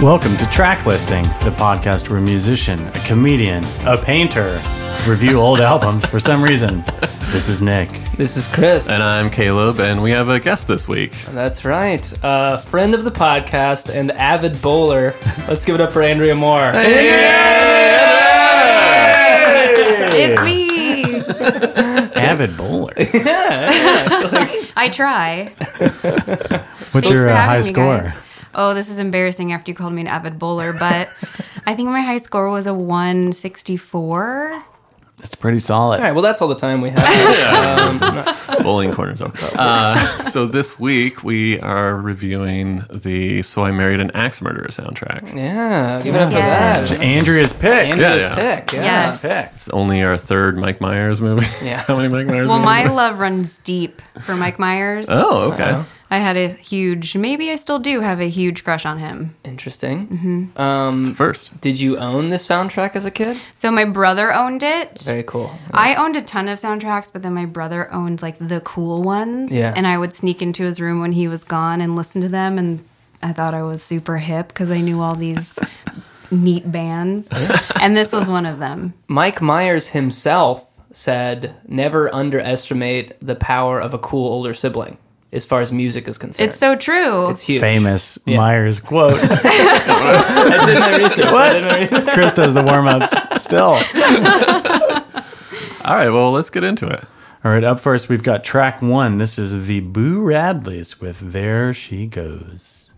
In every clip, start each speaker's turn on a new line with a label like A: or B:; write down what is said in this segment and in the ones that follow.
A: Welcome to Track Listing, the podcast where a musician, a comedian, a painter review old albums for some reason. This is Nick.
B: This is Chris.
C: And I'm Caleb, and we have a guest this week.
B: That's right. Uh, friend of the podcast and avid bowler. Let's give it up for Andrea Moore.
D: It's me.
A: Avid bowler.
D: I try.
A: What's your
D: for
A: uh,
D: having
A: high
D: me,
A: score?
D: guys. Oh, this is embarrassing after you called me an avid bowler, but I think my high score was a 164.
A: It's pretty solid.
B: All right, well, that's all the time we have.
C: Bowling corners over. Uh, so this week we are reviewing the "So I Married an Axe Murderer" soundtrack.
B: yeah, give it up for
D: Yes.
B: that.
A: Andrea's pick.
B: Andrea's
C: Yeah, yeah.
B: pick. Yeah.
D: Yes.
C: It's only our third Mike Myers movie.
B: Yeah.
C: How many Mike Myers?
D: Well,
C: movies?
D: my love runs deep for Mike Myers.
C: Oh, okay.
B: Uh-huh.
D: I had a huge, maybe I still do have a huge crush on him.
B: Interesting. Um,
C: It's a first.
B: Did you own this soundtrack as a kid?
D: So my brother owned it.
B: Very cool.
D: I owned a ton of soundtracks, but then my brother owned like the cool ones.
B: Yeah.
D: And I would sneak into his room when he was gone and listen to them. And I thought I was super hip because I knew all these neat bands. and this was one of them.
B: Mike Myers himself said, "Never underestimate the power of a cool older sibling." As far as music is concerned,
D: It's so true.
B: It's huge.
A: Famous Myers quote.
B: That's in my research.
A: what? Chris does the warm ups still.
C: All right. Well, let's get into it.
A: All right, up first, we've got track one. This is the Boo Radleys with There She Goes.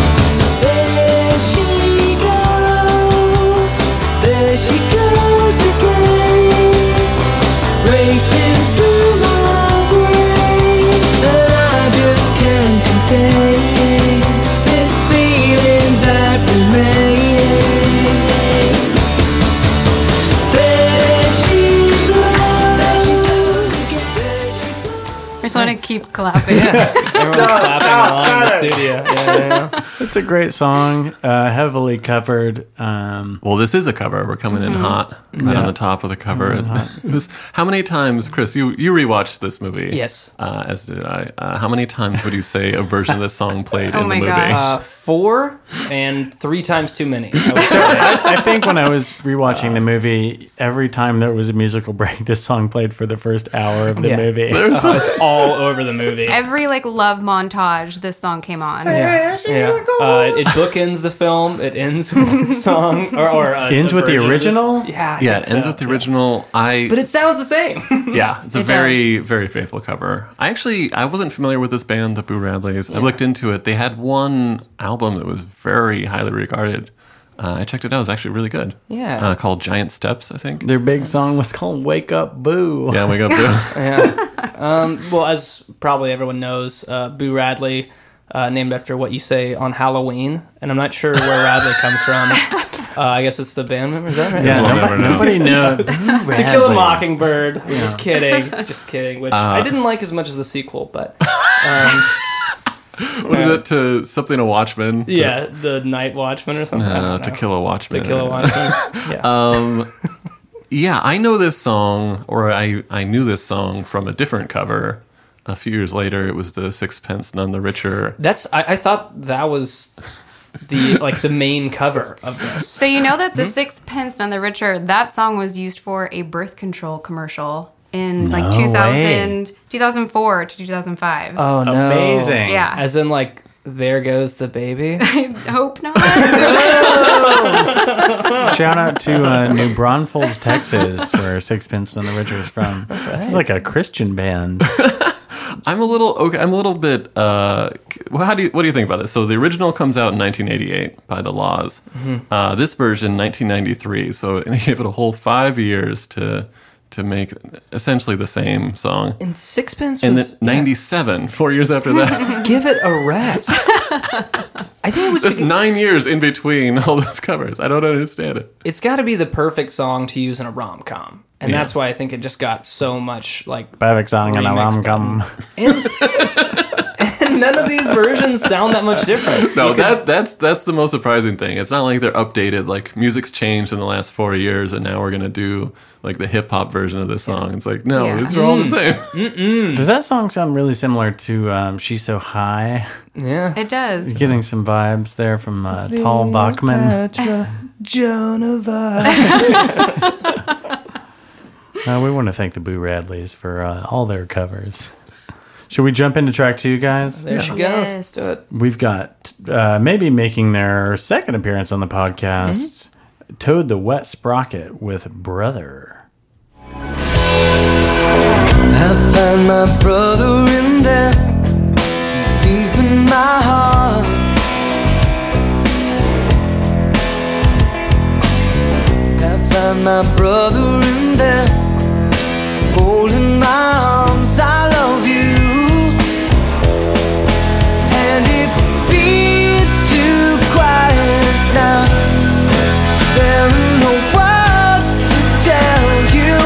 E: There she goes, there she goes again, racing through my brain that I just can't contain. This feeling that remains. There she goes, there she goes again.
D: I just want to keep clapping.
B: Everyone's clapping along in the studio. Yeah, yeah, yeah.
A: It's a great song, uh, heavily covered. Um,
C: Well, this is a cover. We're coming
D: Mm-hmm.
C: in hot, right on the top of the cover. It was- how many times, Chris? You you rewatched this movie?
B: Yes.
C: Uh, as did I. Uh, how many times would you say a version of this song played
D: Oh
C: in the
D: my
C: movie?
D: gosh.
B: Uh, four and three times too many. I would
A: so
B: say.
A: I, I think when I was rewatching the movie, every time there was a musical break, this song played for the first hour of the
B: Yeah.
A: movie.
C: There's a-
B: it's all over the movie.
D: Every like love montage, this song came on.
B: Yeah, yeah. Uh, it bookends the film. It ends with the song, or, or uh,
A: Ends
B: a
A: with the
B: version of this-
A: original?
B: Yeah, I
C: yeah,
B: think
C: it ends
B: so.
C: with the original. I
B: But it sounds the same.
C: Yeah, it's a
D: It
C: very, very faithful cover. I actually I wasn't familiar with this band, the Boo Radleys. I looked into it. They had one album that was very highly regarded. Uh, I checked it out. It was actually really good.
B: Yeah.
C: uh, called Giant Steps, I think.
A: Their big song was called Wake Up Boo.
C: Yeah, wake up, Boo.
B: well, as probably everyone knows, uh, Boo Radley, uh, named after what you say on Halloween, and I'm not sure where Radley comes from. Uh, I guess it's the band member. Is that right?
C: We'll never know.
A: nobody knows.
B: To Kill a Mockingbird. Just kidding. Just kidding. Which I didn't like as much as the sequel, but um,
C: What is it to something a Watchman? To,
B: yeah, the Night Watchman or something. I
C: uh,
B: don't
C: to
B: know.
C: kill a Watchman.
B: To Kill a Watchman. yeah.
C: Um, yeah, I know this song, or I, I knew this song from a different cover. A few years later, it was the Sixpence None the Richer.
B: That's I, I thought that was the like the main cover of this.
D: So you know that the
B: Hmm?
D: sixpence none the richer that song was used for a birth control commercial in like 2000 2004 to 2005.
B: Oh no!
A: Amazing.
D: yeah.
B: As in like there goes the baby.
D: I hope not.
A: Shout out to uh, New Braunfels, Texas, where Sixpence None the Richer is from. It's like a Christian band.
C: I'm a little okay. I'm a little bit. Uh, c- well, how do you what do you think about this? So the original comes out in 1988 by the laws.
D: Mm-hmm.
C: Uh, this version 1993. So they gave it a whole five years to to make essentially the same song.
B: And Sixpence
C: And
B: was
C: then 97, four years after that.
B: give it a rest. I think it was.
C: Just nine years in between all those covers. I don't understand it.
B: It's got to be the perfect song to use in a rom com, and that's why I think it just got so much like
A: Perfect song and a
B: Remix
A: rom com.
B: none of these versions sound that much different.
C: No,
B: You could-
C: that that's that's the most surprising thing. It's not like they're updated. Like music's changed in the last four years, and now we're gonna do like the hip hop version of this song. It's like no,
D: Yeah. Mm.
C: these are all the same.
A: Does that song sound really similar to um, "She's So High"?
B: yeah.
D: It does.
A: Getting some vibes there from uh, Tall Bachman.
B: Joan of Arc.
A: Uh, we want to thank the Boo Radleys for uh, all their covers. Should we jump into track two, guys?
B: There she goes.
D: Yes.
B: Let's do it.
A: We've got uh, maybe making their second appearance on the podcast, Toad the Wet Sprocket with Brother.
F: I find my brother in there, deep in my heart. I find my brother in there, holding my arms. I love you, and it be too quiet now. There are no words to tell you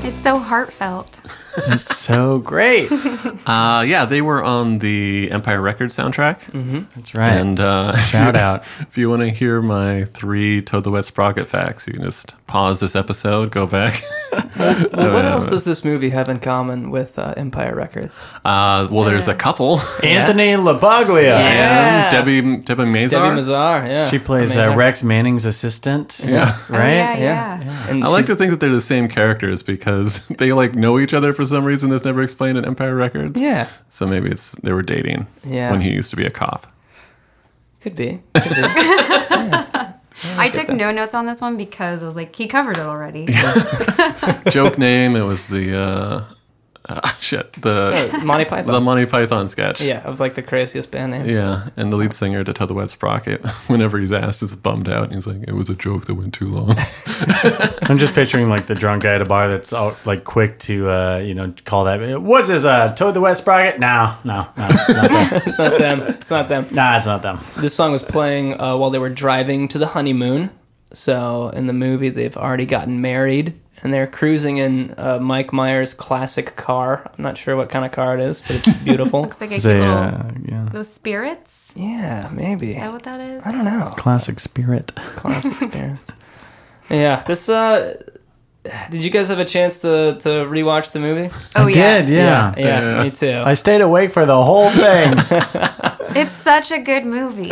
F: how.
D: It's so heartfelt.
A: It's so great.
C: Uh, yeah, they were on the Empire Record soundtrack,
B: Mm-hmm.
A: That's right.
C: and uh, if
A: Shout
C: you-
A: out.
C: If you want to hear my three Toad the Wet Sprocket facts, you can just pause this episode, go back. Oh,
B: Well, what else does this movie have in common with uh, Empire Records?
C: Uh, well, there's a couple.
A: Anthony LaBaglia.
C: And Debbie Debbie Mazar.
B: Debbie Mazar, yeah.
A: She plays uh,
B: Amazing.
A: Rex Manning's assistant.
C: Yeah.
D: Oh, yeah,
A: Right?
D: yeah.
B: And
C: I like
B: she's-
C: to think that they're the same characters because they like know each other for some reason that's never explained in Empire Records.
B: Yeah,
C: So maybe it's they were dating
B: Yeah.
C: when he used to be a cop.
B: could be. Could be.
D: I took no notes on this one because I was like, he covered it already.
C: Joke name, it was the uh, uh shit, the
B: Oh, Monty Python.
C: the Monty Python sketch.
B: yeah, it was like the craziest band name.
C: Yeah, and the lead singer to Tell the Wet Sprocket, whenever he's asked, is bummed out. And he's like, it was a joke that went too long.
A: I'm just picturing like the drunk guy at a bar that's all, like quick to uh, you know call that. What's this? Uh, Toad the Wet Sprocket? No, no, no, it's not them.
B: It's not them. It's not them.
A: nah, it's not them.
B: This song was playing uh, while they were driving to the honeymoon. So in the movie, they've already gotten married and they're cruising in uh, Mike Myers' classic car. I'm not sure what kind of car it is, but it's beautiful.
D: It's like a
A: It's
D: cute
A: a,
D: little,
A: uh, yeah,
D: those spirits. Is
B: yeah, maybe.
D: that what that is?
B: I don't know.
A: classic spirit.
B: class experience. yeah, this. uh Did you guys have a chance to to rewatch the movie?
D: Oh, yeah.
A: Did yeah.
B: yeah,
C: Yeah.
B: me too.
A: I stayed awake for the whole thing.
D: It's such a good movie.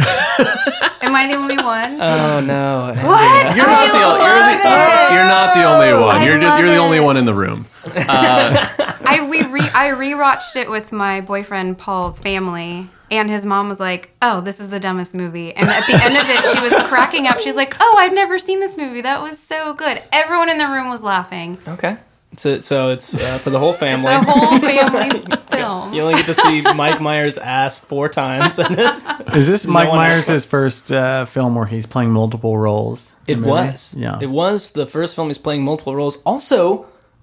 D: Am I the only one?
B: oh no,
D: what?
C: You're
D: I
C: not the,
D: love
C: you're, the,
D: it.
C: you're not the only one.
D: I
C: you're just,
D: love
C: you're the only
D: it.
C: one in the room.
D: I we re I rewatched it with my boyfriend Paul's family, and his mom was like, "Oh, this is the dumbest movie." And at the end of it, she was cracking up. She's like, "Oh, I've never seen this movie. That was so good." Everyone in the room was laughing.
B: okay. So so it's uh, for the whole
D: It's
B: family.
D: a whole family film.
B: you only get to see Mike Myers' ass four times, and it's,
A: Is this Mike
B: one else.
A: Myers' first uh, film where he's playing multiple roles?
B: it
A: in movies?
B: was
A: Yeah.
B: it was the first film he's playing multiple roles. Also,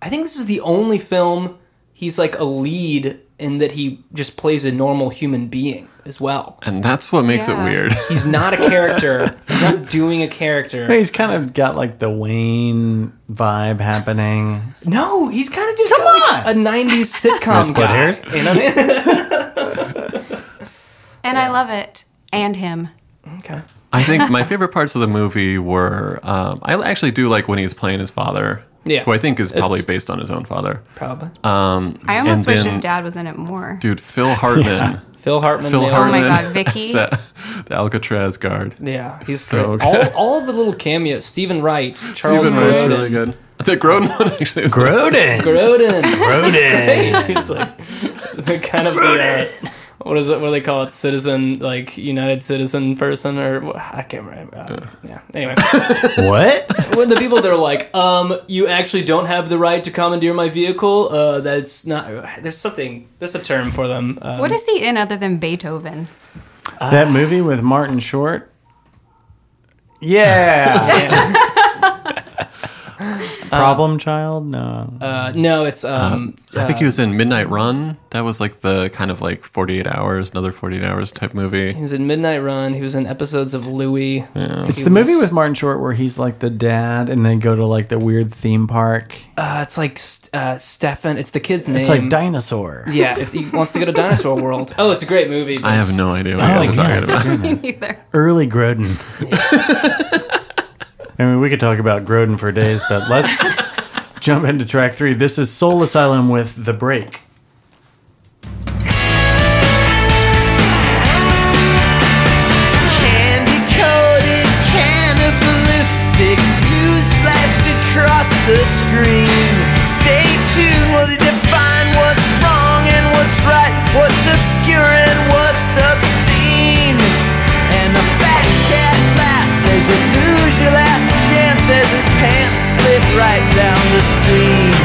B: I think this is the only film he's like a lead in that he just plays a normal human being as well.
C: And that's what makes
D: Yeah.
C: it weird.
B: He's not a character. he's not doing a character.
A: He's kind of got like the Wayne vibe happening.
B: No, he's kind of just
A: Come
B: got, like,
A: on!
B: a '90s sitcom
A: Wanna split
B: guy.
A: hairs?
B: You know what I mean?
D: and I love it. And him.
B: okay.
C: I think my favorite parts of the movie were um, I actually do like when he's playing his father,
B: Yeah.
C: who I think is probably
B: It's-
C: based on his own father.
B: Probably.
C: Um,
D: I almost
C: and
D: wish
C: then-
D: his dad was in it more.
C: Dude, Phil Hartman.
B: Phil Hartman.
C: Phil
B: nails it.
C: Hartman.
D: Oh my God,
C: as
D: Vicky.
C: the, the Alcatraz guard.
B: Yeah, he's
C: So
B: great. All, all the little cameos. Stephen Wright, Charles
C: Stephen Wright's
B: Grodin.
C: really good. The Grodin one actually. Was
A: Grodin.
B: Grodin.
A: Grodin.
B: he's like the kind of the, uh, what is it? What do they call it? Citizen, like United Citizen person, or wha- I can't remember. Uh, yeah. Anyway,
A: what?
B: when the people that are like, um, you actually don't have the right to commandeer my vehicle. Uh, that's not. There's something. There's a term for them. Um,
D: What is he in other than Beethoven?
A: that movie with Martin Short? Yeah. Problem Child? No.
B: Uh, no, it's um,
C: I think he was in Midnight Run. That was like the kind of like 48 hours, another 48 hours type
B: he
C: movie.
B: was in Midnight Run. He was in episodes of Louis.
A: it's the movie with Martin Short where he's like the dad and they go to like the weird theme park.
B: Uh, it's like st- uh, Stefan. It's the kid's name.
A: It's like dinosaur.
B: yeah, it's, he wants to go to Dinosaur World. Oh, it's a great movie. But
C: I
B: it's-
C: have no idea what
A: I
C: I'm
A: like
C: talking about.
D: Either.
A: Early Groden. I mean, we could talk about Groden for days, but let's jump into track three. This is Soul Asylum with The Break.
F: Candy coated, cannibalistic blues splashed across the screen. Stay tuned while they define what's wrong and what's right, what's obscure and what's obscene. And the fat cat laughs says you lose your last chance as his pants split right down the seam.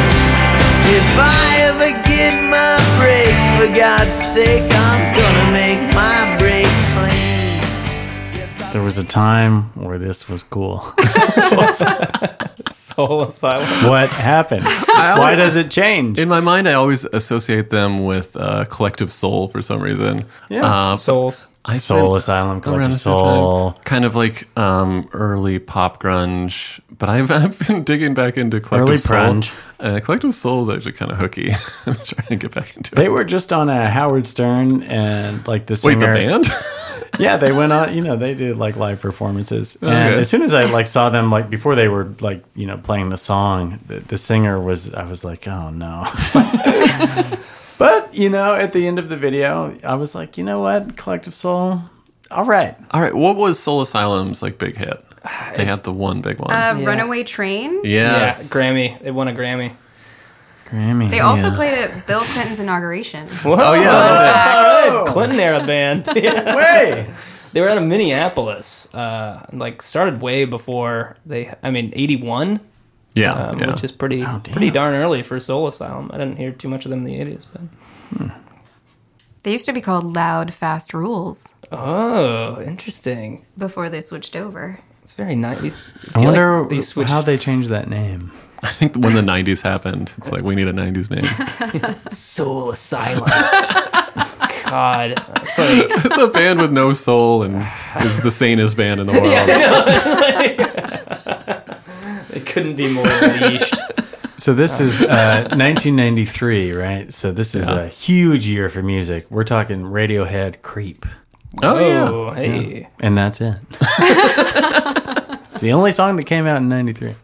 F: If I ever get my break, for God's sake, I'm gonna make my break clean.
A: There was a time where this was cool.
B: Soul Asylum.
A: What happened? Why does it change?
C: In my mind, I always associate them with uh, Collective Soul for some reason.
A: Yeah.
C: Uh,
B: Souls.
C: I
A: Soul
C: spent
A: Asylum,
C: around
A: Collective
C: the same
A: Soul.
C: time, kind of like um, early pop grunge, but I've, I've been digging back into Collective
A: Early
C: Soul.
A: grunge.
C: Uh, Collective Soul is actually kind of hooky. I'm trying to get back into
A: They
C: it.
A: were just on a Howard Stern and like the
C: Wait,
A: singer.
C: the band?
A: Yeah, they went on. You know, they did like live performances. And
C: Okay.
A: as soon as I like saw them, like before they were like you know playing the song, the, the singer was. I was like, oh no. but you know, at the end of the video, I was like, you know what, Collective Soul. All right,
C: All right, what was Soul Asylum's like big hit? They had the one big one.
D: Uh, Runaway Train.
C: yes.
B: Yeah, Grammy. They won a Grammy.
A: Grammy.
D: They also played at Bill Clinton's inauguration.
C: Oh yeah, I love it.
B: Clinton era band. Yeah.
A: Way.
B: They were out of Minneapolis. Uh, like started way before they. I mean, eighty one,
C: yeah,
B: um,
C: yeah.
B: which is pretty
A: Oh, damn.
B: pretty darn early for Soul Asylum. I didn't hear too much of them in the eighties, but
D: They used to be called Loud Fast Rules
B: oh, interesting.
D: before they switched over.
B: It's very nice. You
A: I
B: feel
A: wonder
B: like they switched
A: how they changed that name.
C: I think when the '90s happened, it's like we need a '90s name.
B: Soul Asylum. God, it's like
C: it's a band with no soul and is the sanest band in the world.
B: it couldn't be more leashed.
A: So this is uh, 1993, right? So this is a huge year for music. We're talking Radiohead, Creep,
C: Oh yeah.
B: Oh, hey,
A: and that's it. it's the only song that came out in '93.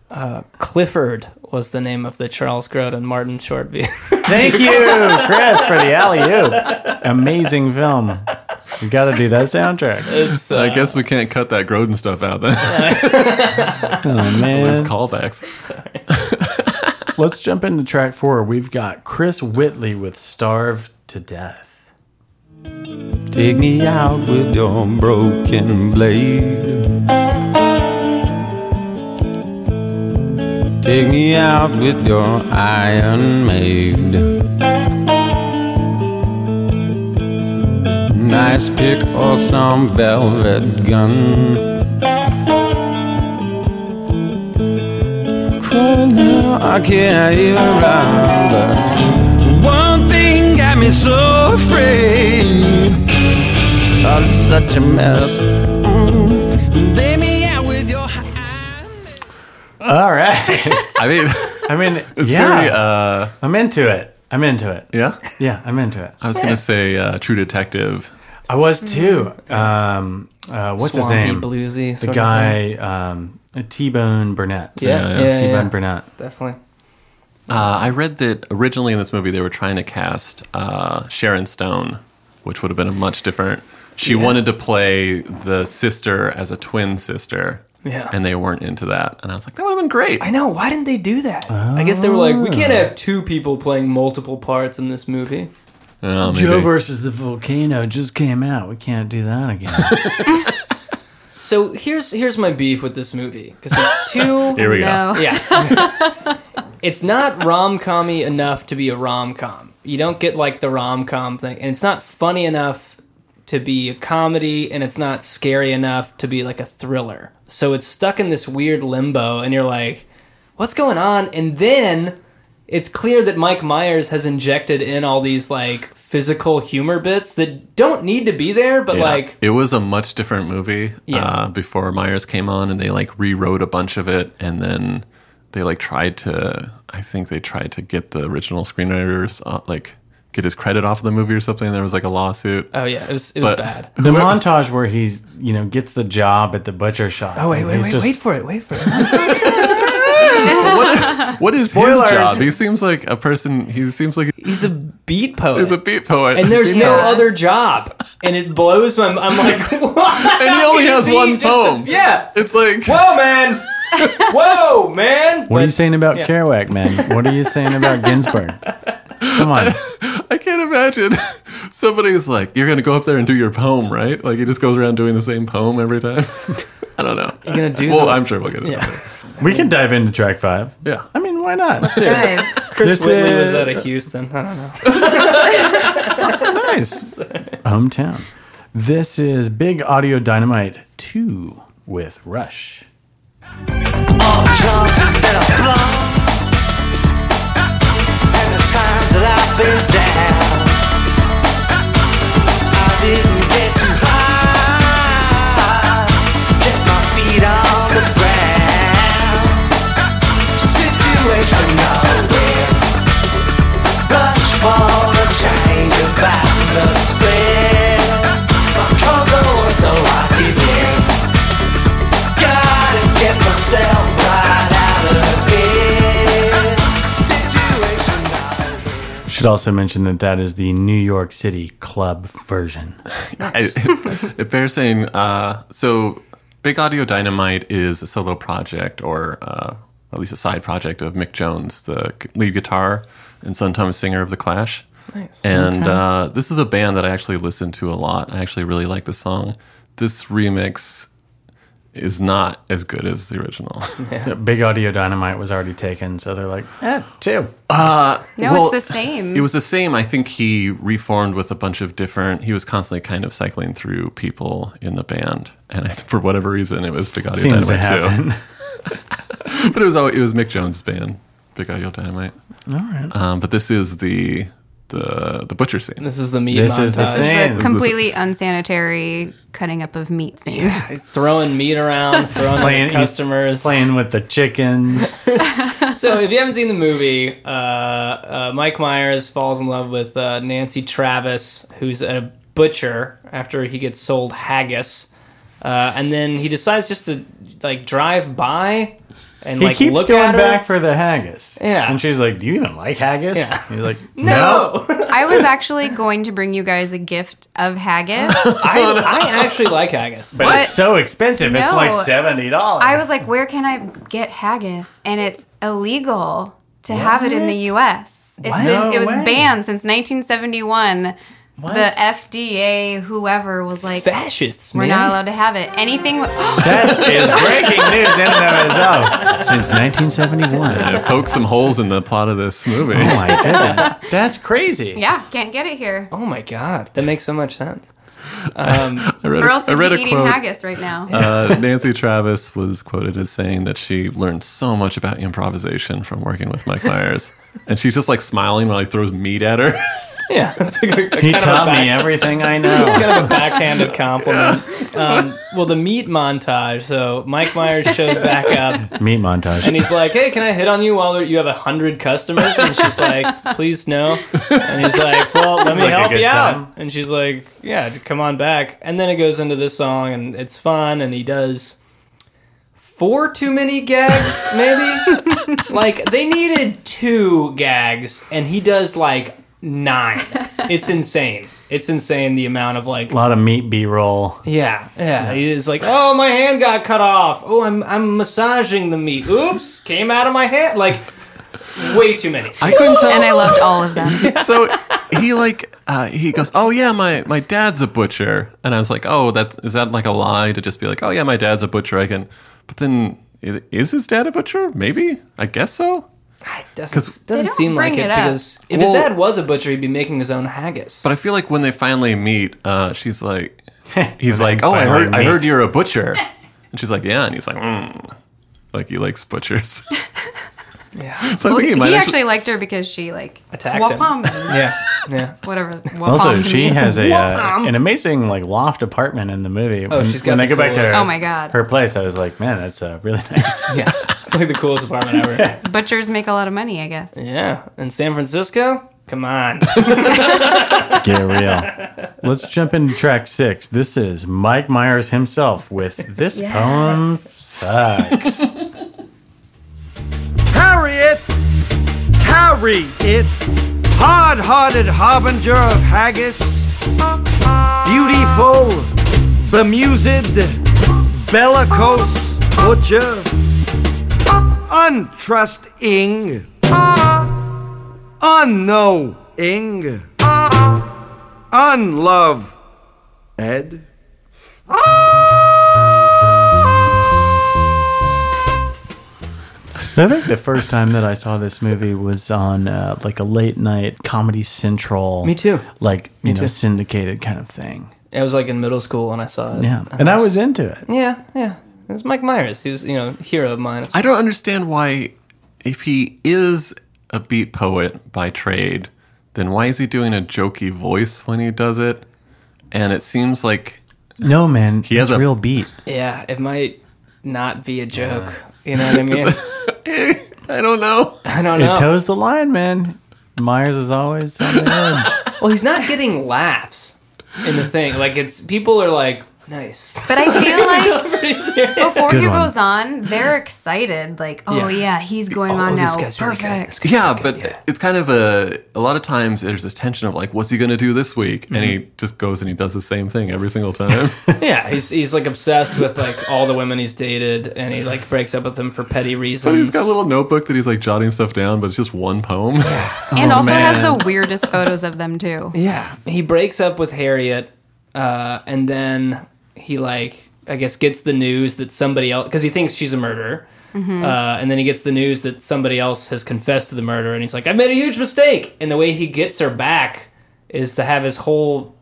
B: Clifford was the name of the Charles Grodin Martin Short video.
A: Thank you, Chris, for the alley oop. Amazing film. We got to do that soundtrack.
B: it's uh,
C: I guess we can't cut that Groden stuff out then.
A: Oh
C: It's
A: man,
C: callbacks.
A: let's jump into track four. We've got Chris Whitley with "Starve to Death."
G: Take me out with your broken blade. Take me out with your iron maid. Nice pick or some velvet gun. Cry now, I can't even run. But one thing got me so afraid. All is such a mess. Mm. Lay me out with your high.
A: All right.
C: I mean,
A: I mean,
C: it's
A: yeah,
C: very. Uh,
A: I'm into it. I'm into it.
C: yeah,
A: Yeah, I'm into it.
C: I was gonna say uh, True Detective.
A: I was too. Um, uh, what's his
B: swampy,
A: name?
B: bluesy.
A: the guy, um, T Bone Burnett.
B: Yeah,
C: Yeah,
B: yeah,
C: yeah.
B: yeah,
A: T Bone
B: yeah.
A: Burnett.
B: definitely.
C: Uh, I read that originally in this movie they were trying to cast uh, Sharon Stone, which would have been a much different. She wanted to play the sister as a twin sister.
B: Yeah.
C: And they weren't into that. And I was like, that would have been great.
B: I know. Why didn't they do that? I guess they were like, we can't have two people playing multiple parts in this movie.
C: Oh, maybe.
A: Joe versus the volcano just came out. We can't do that again.
B: So here's here's my beef with this movie because it's too.
C: Here we go.
D: No.
B: Yeah. it's not rom commy enough to be a rom com. You don't get like the rom com thing, and it's not funny enough to be a comedy, and it's not scary enough to be like a thriller. So it's stuck in this weird limbo, and you're like, what's going on? And then it's clear that Mike Myers has injected in all these like physical humor bits that don't need to be there, but
C: Yeah.
B: like
C: it was a much different movie
B: Yeah.
C: uh, before Myers came on, and they like rewrote a bunch of it, and then they like tried to. I think they tried to get the original screenwriters uh, like get his credit off of the movie or something. There was like a lawsuit.
B: oh yeah, it was it was
C: But-
B: bad.
A: The montage where he's you know gets the job at the butcher shop.
B: Oh wait,
A: and
B: wait,
A: he's
B: wait,
A: just-
B: wait for it, wait for it.
C: What is
A: Spoilers.
C: his job? He seems like a person. He seems like
B: He's a beat poet.
C: he's a beat poet,
B: and there's no
D: Yeah.
B: other job, and it blows my. I'm like, what?
C: And he only has
B: Be
C: one
B: just a-
C: poem.
B: yeah.
C: It's like
B: Whoa, man. Whoa, man.
A: What are you saying about
B: yeah.
A: Kerouac, man? What are you saying about Ginsberg? Come on.
C: I can't imagine somebody's like you're gonna go up there and do your poem, right? Like he just goes around doing the same poem every time. I don't know. You're
B: gonna do
C: Well,
B: the-
C: I'm sure we'll get it.
B: Yeah.
C: Yeah.
A: We can dive into track five.
C: yeah.
A: I mean, why not? Let's do it.
D: Good.
B: Chris
A: This
B: Whitley was
A: is-
B: out of Houston. I don't know.
A: Nice. Hometown. This is Big Audio Dynamite 2 with Rush.
F: chances that I've blown And the times that I've been down I didn't get too high Kept my feet on the ground Situation nowhere Rush for a change of atmosphere My cargo so I give in gotta get myself right out of here. Situation now.
A: Should also mention that that is the New York City club version.
C: I, it bears saying. Uh, so, Big Audio Dynamite is a solo project, or uh, at least a side project of Mick Jones, the g- lead guitar and sometimes singer of the Clash. Nice. And uh, this is a band that I actually listen to a lot. I actually really like the song. This remix is not as good as the original.
A: Big Audio Dynamite was already taken, so they're like, eh, two.
D: No,
C: Well,
D: it's the same.
C: It was the same. I think he reformed with a bunch of different. He was constantly kind of cycling through people in the band, and I, for whatever reason, it was Big Audio
A: Seems to
C: Dynamite
A: happen.
C: too. But it was always, it was Mick Jones' band, Big Audio Dynamite.
A: All right.
C: Um, but this is the the the butcher scene.
B: This is the meat
A: This
B: montage.
A: is the same.
D: the
A: Man,
D: completely unsanitary cutting up of meat scene.
B: He's throwing meat around, throwing
A: playing-
B: playing,
A: he's
B: customers.
A: Playing with the chickens.
B: So, if you haven't seen the movie, uh, uh, Mike Myers falls in love with uh, Nancy Travis, who's a butcher after he gets sold haggis, uh, and then he decides just to like drive by and
A: He
B: like
A: keeps
B: look
A: going
B: at her.
A: back for the haggis.
B: Yeah.
A: And she's like, Do you even like haggis?
B: Yeah.
A: He's like,
B: no,
D: I was actually going to bring you guys a gift of haggis.
B: I, I actually like haggis.
A: But
D: What?
A: it's so expensive. It's
D: No.
A: like $70.
D: I was like, where can I get haggis? And it's illegal to have it in the U.S. It's
A: What?
D: been,
A: No
D: it was
A: way.
D: banned since 1971.
A: What?
D: The FDA, whoever, was like,
B: Fascists,
D: we're
B: man.
D: not allowed to have it. Anything. with-
A: That is breaking news in and of itself. Since 1971.
C: I poked some holes in the plot of this movie.
A: Oh my goodness. That's crazy.
D: yeah, can't get it here.
B: Oh my god, that makes so much sense. Um,
C: I read,
D: Or else
C: I
D: we'd
C: read
D: be
C: a
D: eating
C: quote.
D: haggis right now.
C: Uh, Nancy Travis was quoted as saying that she learned so much about improvisation from working with Mike Myers, and she's just like smiling while he throws meat at her.
B: yeah, that's a good.
A: He taught me everything I know.
B: kind of a backhanded compliment. Um, well, the meat montage. So Mike Myers shows back up
A: Meat montage.
B: and he's like, "Hey, can I hit on you while there- you have a hundred customers?" And she's like, "Please no." And he's like, "Well, let me
A: Like a
B: help
A: good
B: you
A: time.
B: out." And she's like, "Yeah, come on back." And then it goes into this song, and it's fun, and he does. Four too many gags, maybe? like, they needed two gags, and he does like nine. It's insane. It's insane the amount of like
A: a lot of meat B-roll.
B: yeah, yeah. He's like, oh, my hand got cut off. Oh, I'm I'm massaging the meat. Oops, came out of my hand. Like, way too many.
C: I couldn't tell.
D: and I loved all of them.
C: so he like uh, he goes, "Oh yeah, my my dad's a butcher," and I was like, "Oh, that is that like a lie to just be like, oh yeah, my dad's a butcher." I can, but then i- is his dad a butcher? Maybe I guess so.
B: Doesn't,
D: They
B: doesn't
D: don't
B: seem like
D: bring
B: it
D: it up.
B: because if his
C: Well-
B: dad was a butcher, he'd be making his own haggis.
C: But I feel like when they finally meet, uh, she's like, he's like,
A: they
C: "Oh, I
A: finally
C: heard I
A: meet."
C: "Hmm." heard you're a butcher," and she's like, "Yeah," and he's like, mm. like he likes butchers.
B: Yeah.
C: So I
D: Well,
C: think
D: he
C: he might actually.
D: actually liked her because she like
B: Attacked him.
D: wapomed him.
B: Yeah. Yeah.
D: Whatever.
A: Also,
D: wapomed
A: she
D: means.
A: has a uh,
B: Wham!
A: an amazing like loft apartment in the movie. Oh, when,
B: she's got
A: when
B: the
A: they go back to
B: coolest-
A: her,
D: Oh my God.
A: her place. I was like, man, that's uh, really nice.
B: Yeah. It's like the coolest apartment ever.
D: butchers make a lot of money, I guess.
B: Yeah. In San Francisco? Come on.
A: Get real. Let's jump into track six. This is Mike Myers himself with this poem sucks.
H: Harriet! Harriet! Hard hearted harbinger of haggis. Beautiful, bemused, bellicose butcher. Untrusting, unknowing, unlove, Ed.
A: I think the first time that I saw this movie was on uh, like a late night Comedy Central.
B: Me too.
A: Like you know
B: too.
A: syndicated kind of thing.
B: It was like in middle school when I saw it.
A: Yeah, and I was into it.
B: Yeah. Yeah. It was Mike Myers. He was, you know, a hero of mine.
C: I don't understand why, if he is a beat poet by trade, then why is he doing a jokey voice when he does it? And it seems like
A: No man, he
C: has
A: has a
C: a-
A: real beat.
B: Yeah. It might not be a joke. You know what I mean?
C: eh, I don't know.
B: I don't know.
A: It toes the line, man. Myers is always on the edge.
B: well, Oh, he's not getting laughs in the thing. Like, it's people are like, nice.
D: But I feel like before
A: Good
D: he
A: one.
D: goes on, they're excited. Like, oh
B: Yeah.
D: yeah, he's going on
B: oh,
D: now.
B: this guy's really good. This
D: Perfect.
B: guy's
C: Yeah,
B: really
C: but
B: good.
C: it's kind of a a lot of times there's this tension of like, what's he gonna do this week? And he just goes and he does the same thing every single time.
B: Yeah, he's he's like obsessed with like all the women he's dated, and he like breaks up with them for petty
C: but
B: reasons.
C: he's got a little notebook that he's like jotting stuff down, but it's just one poem.
D: and also has
C: Oh, man.
D: the weirdest photos of them too.
B: yeah, he breaks up with Harriet, uh, and then he like I guess gets the news that somebody else because he thinks she's a murderer, uh, and then he gets the news that somebody else has confessed to the murder, and he's like, I made a huge mistake. And the way he gets her back is to have his whole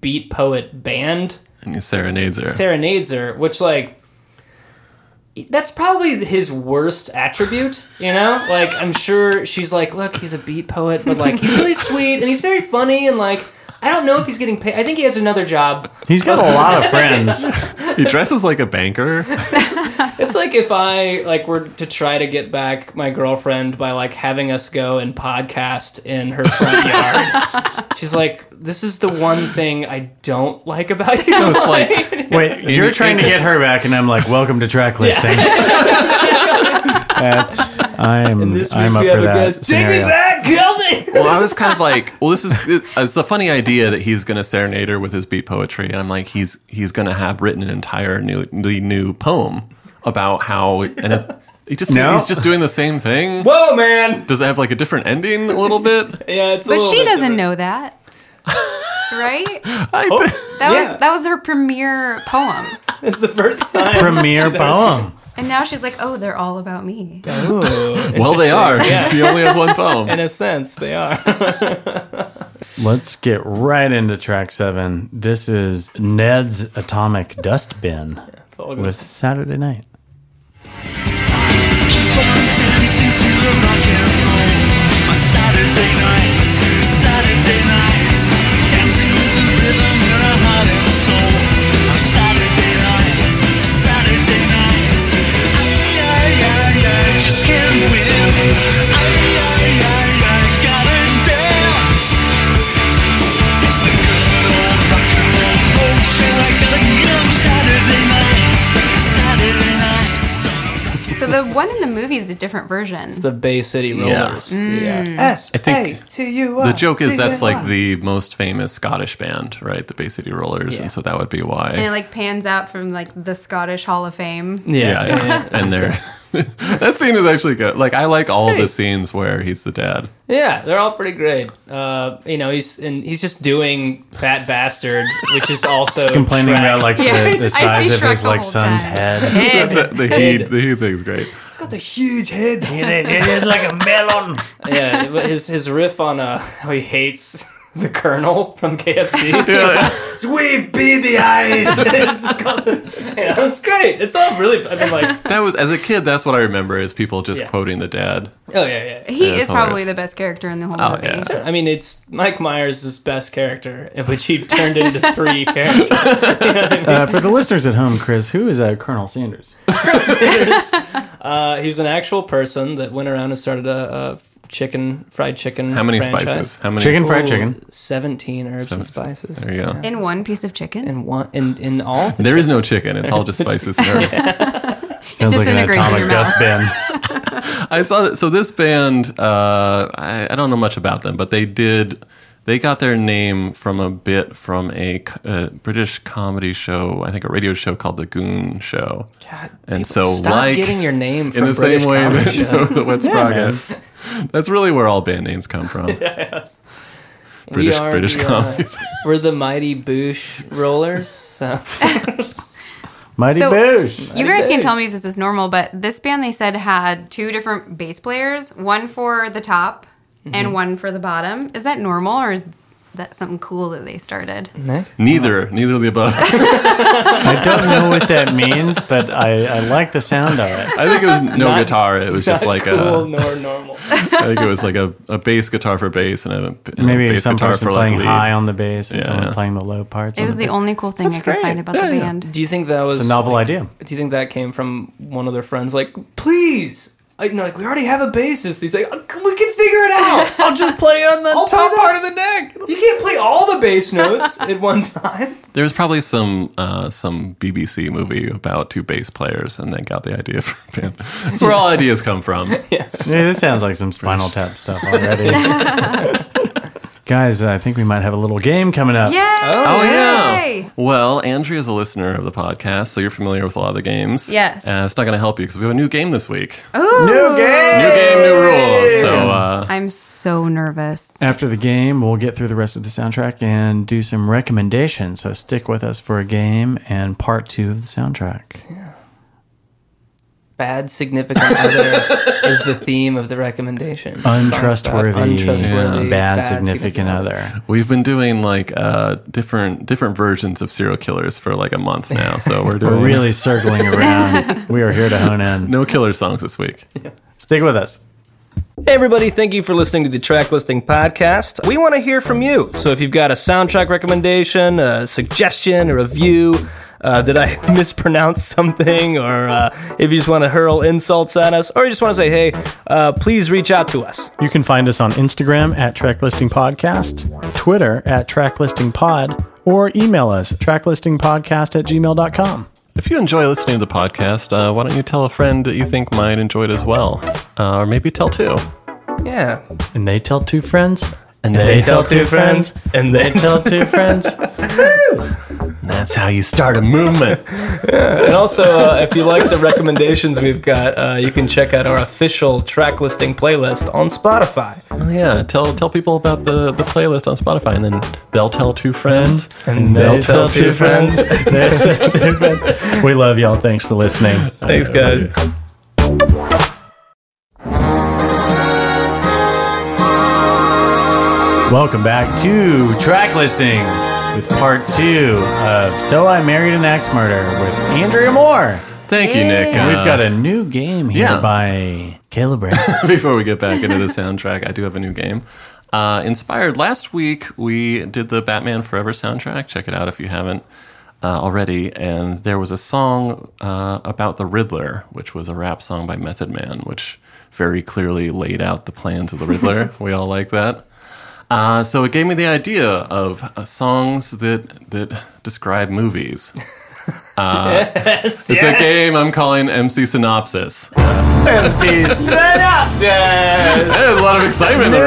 B: beat poet band
C: and he serenades her.
B: serenades her, which like that's probably his worst attribute, you know? Like I'm sure she's like, look, he's a beat poet, but like he's really sweet and he's very funny and like I don't know if he's getting paid. I think he has another job.
A: He's got a lot of friends.
C: he dresses like a banker.
B: It's like if I like were to try to get back my girlfriend by like having us go and podcast in her front yard. She's like, "This is the one thing I don't like about you."
C: It's like
A: Wait, you're trying to get her back, and I'm like, welcome to track listing. That's I'm I'm up for that.
B: Take me
A: scenario.
B: back, Kelsey.
C: well, I was kind of like, well, this is it's a funny idea that he's going to serenade her with his beat poetry, and I'm like, he's he's going to have written an entire new the new poem about how and it's, he just
A: No.
C: he's just doing the same thing.
B: Whoa, man!
C: Does it have like a different ending a little bit?
B: Yeah, it's. a
D: But
B: little
D: she
B: bit different.
D: doesn't know that. Right?
C: I,
D: That
B: Yeah.
D: was that was her premiere poem.
B: It's the first time.
A: Premiere poem.
D: And now she's like, "Oh, they're all about me."
C: well, they are. She only has one poem.
B: In a sense, they are.
A: Let's get right into track seven. This is Ned's Atomic Dustbin with Saturday Night.
F: Keep on dancing to the rock and roll on Saturday nights, Saturday nights, dancing with the rhythm, you're a heart and soul on Saturday nights, Saturday nights. Ay, ay, ay, ay, just can't win. Ay, ay, ay, ay, gotta dance. It's the good old rock and roll motion. I gotta go Saturday nights, Saturday nights.
D: So the one in the movie is a different version.
B: The Bay City
C: Yeah.
B: Rollers. Yeah.
D: Mm.
B: S I
C: think
B: you.
C: The joke is that's like the most famous Scottish band, right? The Bay City Rollers,
B: Yeah.
C: and so that would be
D: and it
C: why.
D: like pans out from like the Scottish Hall of Fame.
C: Yeah, yeah. and they're. that scene is actually good. Like I like all the scenes where he's the dad.
B: Yeah, they're all pretty great. Uh, you know, he's and he's just doing fat bastard, which is also
A: Complaining
B: Shrek.
A: about like
D: Yeah,
A: the, the
D: I see
A: size of
D: Shrek
A: his
D: the
A: like
D: whole
A: son's
D: time.
A: head.
C: the, the he the he thing's great.
B: got the huge head.
A: it is like a melon.
B: yeah, but his his riff on uh, how he hates the Colonel from KFC. We beat the eyes. it's, called- you know, it's great. It's all really. I mean, like,
C: That was as a kid. That's what I remember is people just
B: Yeah.
C: quoting the dad.
B: oh yeah, yeah.
D: He
C: Yeah,
D: is
C: it's
D: probably
C: hilarious.
D: the best character in the whole
C: Oh,
D: movie.
C: yeah.
B: Sure. I mean, it's Mike Myers' best character, which he turned into three characters.
A: Uh, for the listeners at home, Chris, who is uh, Colonel Sanders?
B: Uh, he was an actual person that went around and started a, a chicken, fried chicken.
C: How many
B: franchise.
C: spices? How many
A: Chicken fried
B: Ooh,
A: chicken.
B: Seventeen herbs
C: Seven-
B: and spices.
C: There you go.
D: In one piece of chicken.
B: In one, in in all. The
C: There is no chicken. It's all just spices. and herbs.
A: Sounds like an
D: disintegrates in
A: atomic
D: your mouth.
A: dustbin.
C: I saw that. So this band, uh, I, I don't know much about them, but they did. They got their name from a bit from a, co- uh British comedy show, I think a radio show called The Goon Show.
B: God,
C: And
B: people-
C: so,
B: stop
C: like,
B: getting your name from
C: in the
B: British
C: same way
B: comedy
C: that
B: shows.
C: the Wet Sprocket. That's really where all band names come from. British
B: We are
C: British
B: the, uh,
C: comedies.
B: we're the mighty boosh rollers. So
A: Mighty
D: So-
A: Boosh.
D: You guys can tell me if this is normal, but this band they said had two different bass players, one for the top and one for the bottom. Is that normal or is that something cool that they started?
C: Neither, neither of the above.
A: I don't know what that means, but I, I like the sound of it.
C: I think it was no
B: Not-
C: guitar. It was just like uh,
B: cool
C: a,
B: nor normal.
C: I think it was like a, a bass guitar for bass and a, and a
A: Maybe
C: bass
A: some
C: guitar
A: person
C: for like
A: playing
C: lead.
A: high on the bass and
C: Yeah,
A: someone
C: yeah.
A: playing the low parts.
D: It
A: on
D: was the only cool thing I could find about the band.
B: Do you think that was
A: It's a novel
B: like,
A: idea.
B: Do you think that came from one of their friends? Like, please. I, no, like we already have a bassist. He's like, "Uh, we can figure it out. I'll just play on the top part of the neck. You can't play all the bass notes at one time.
C: There was probably some uh, some BBC movie about two bass players, and then got the idea for a band. That's where all ideas come from.
A: Yeah, this sounds like some Spinal Tap stuff already. Guys, I think we might have a little game coming up.
D: Yay!
C: Oh yeah.
D: Yay!
C: Well, Andrea's a listener of the podcast, so you're familiar with a lot of the games.
D: Yes.
C: Uh, it's not going to help you because we have a new game this week.
D: Ooh.
A: New game.
C: New game, new rules. So uh,
D: I'm so nervous.
A: After the game, we'll get through the rest of the soundtrack and do some recommendations. So stick with us for a game and part two of the soundtrack.
B: Bad significant other is the theme of the recommendation.
A: Untrustworthy,
B: untrustworthy,
A: bad, significant other.
C: we've been doing like uh, different different versions of serial killers for like a month now. So we're doing
A: We're really circling around. we are here to hone in.
C: no killer songs this week.
A: Stick with us.
I: Hey, everybody, thank you for listening to the Track Listing Podcast. We want to hear from you. So if you've got a soundtrack recommendation, a suggestion, a review, uh, did I mispronounce something? Or uh, if you just want to hurl insults at us, or you just want to say, hey, uh, please reach out to us.
A: You can find us on Instagram at Tracklisting Podcast, Twitter at Tracklisting Pod, or email us tracklistingpodcast at gmail.com.
C: If you enjoy listening to the podcast, uh, why don't you tell a friend that you think might enjoy it as well? Uh, or maybe tell two.
I: Yeah.
A: And they tell two friends.
C: And
A: They tell two friends.
I: And then
A: Tell two friends.
C: That's how you start a movement.
I: And also, uh, if you like the recommendations we've got, uh, you can check out our official track listing playlist on Spotify.
C: oh, yeah. Tell tell people about the, the playlist on Spotify, and then they'll tell two friends.
I: And
A: They'll tell two friends. They tell two friends. We love y'all. Thanks for listening.
I: Thanks, guys.
A: Welcome back to Track Listing with part two of So I Married an Axe Murder with Andrea Moore.
C: Thank you, Nick.
A: And
C: Uh,
A: we've got a new game here
C: yeah.
A: by Caleb Brown.
C: before we get back into the soundtrack, I do have a new game. Uh, inspired last week, we did the Batman Forever soundtrack. Check it out if you haven't uh, already. And there was a song uh, about the Riddler, which was a rap song by Method Man, which very clearly laid out the plans of the Riddler. we all like that. Uh, so it gave me the idea of uh, songs that that describe movies. Uh, it's a game I'm calling MC Synopsis.
A: MC Synopsis.
C: There's a lot of excitement in the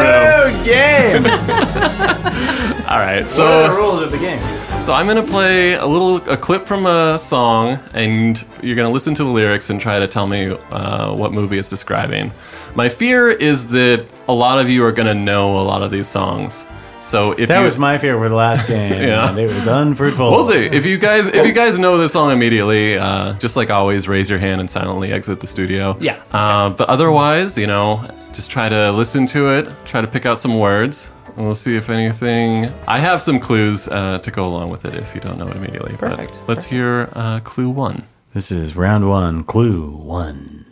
C: room.
A: game.
C: All right,
A: What are the
C: so
A: rules of the game?
C: so I'm gonna play a little a clip from a song, and you're gonna listen to the lyrics and try to tell me uh, what movie it's describing. My fear is that a lot of you are gonna know a lot of these songs. So if
A: That
C: you,
A: was my favorite for the last game.
C: Yeah.
A: and it was unfruitful.
B: Oh.
C: We'll see. If you guys if you guys know this song immediately, uh, just like always, raise your hand and silently exit the studio.
B: Yeah.
C: Uh, but otherwise, you know, just try to listen to it, try to pick out some words, and we'll see if anything. I have some clues uh, to go along with it if you don't know it immediately. but
B: Perfect.
C: let's hear uh, clue one.
A: This is round one, clue one.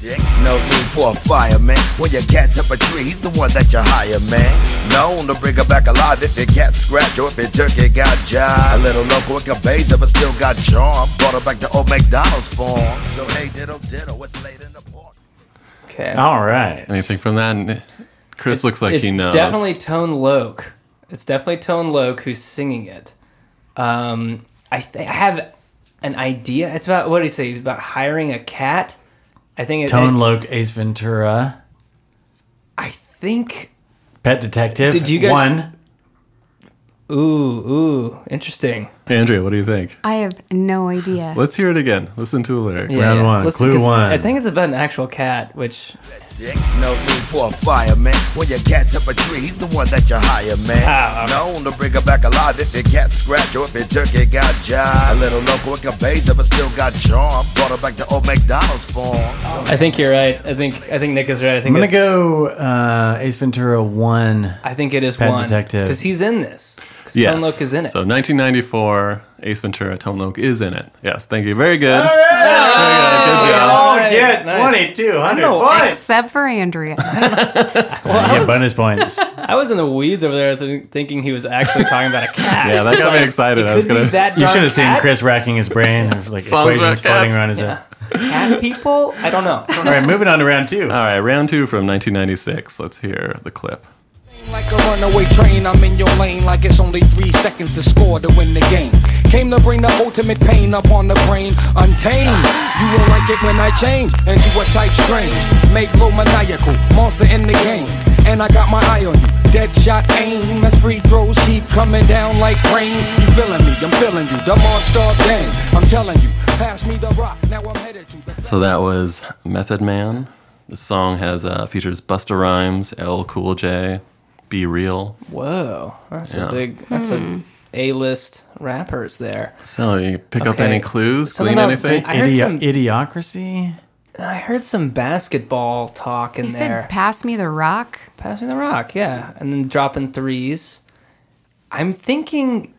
J: dick. No need for a fireman. When your cat's up a tree, he's the one that you hire, man. Known to bring her back alive if your cat scratch or if your turkey got jive. A little local with a base, but still got charm. Brought her back to old McDonald's form. So hey, diddle diddle, what's late in the park?
B: Okay.
A: All right.
C: Anything from that? And Chris looks like
B: it's
C: he knows.
B: definitely Tone Loc. It's definitely Tone Loc who's singing it. Um, I, th- I have an idea. It's about what do you say? It's About hiring a cat. I think it,
A: Tone
B: it-
A: Loc, Ace Ventura,
B: I think.
A: Pet Detective.
B: Did you guys-
A: One.
B: Ooh, ooh, interesting.
C: Andrea, what do you think?
D: I have no idea.
C: Let's hear it again. Listen to the lyrics.
A: Round one, clue
B: 'cause
A: one.
B: I think it's about an actual cat, which
J: dick. No need for a fireman. When your cat's up a tree, he's the one that you hire, man. Known to bring her back alive if your cat scratch or if your turkey got jive. A little local with a base, but still got charm. Brought her back to old McDonald's form.
B: I think you're right. I think I think Nick is right. I
A: I'm
B: think
A: gonna
B: it's-
A: go uh, Ace Ventura one.
B: I think it is
A: Pet
B: one
A: Detective.
B: because he's in this. 'Cause
C: Yes.
B: Tone Loc is in it.
C: So 1994, Ace Ventura, Tone Loc is in it. Yes, thank you. Very good.
A: Oh,
C: Very good. Good job.
B: All right, Oh, nice.
A: two
B: I know,
D: Except for Andrea.
A: Yeah, bonus points.
B: I was in the weeds over there th- thinking he was actually talking about a cat.
C: Yeah, that got me excited. I was
B: Could be
C: gonna.
B: that
A: you
B: darn
A: should have seen
B: cat?
A: Chris racking his brain of like
C: Songs about
A: equations floating
C: cats.
A: around his head.
B: cat people. I don't know.
A: All right, moving on to round two.
C: All right, round two from 1996. Let's hear the clip.
K: Like a runaway train, I'm in your lane like it's only three seconds to score to win the game. Came to bring the ultimate pain upon the brain, untamed. You won't like it when I change into a type strange. Make low maniacal, monster in the game. And I got my eye on you, dead shot aim. As free throws keep coming down like rain. You feeling me, I'm feeling you, the monster gang. I'm telling you, pass me the rock, now I'm headed to the.
C: So that was Method Man. The song has uh, features Busta Rhymes, L Cool J, Be Real.
B: Whoa, that's
C: Yeah.
B: a big. That's
D: Hmm.
B: a A-list rappers there.
C: So you pick up
B: Okay.
C: any clues,
B: Something
C: glean
B: about-
C: anything?
B: I heard
A: Idi-
B: some-
A: Idiocracy.
B: I heard some basketball talk in
D: He
B: there.
D: said, "Pass me the rock."
B: Pass me the rock, yeah, and then dropping threes. I'm thinking.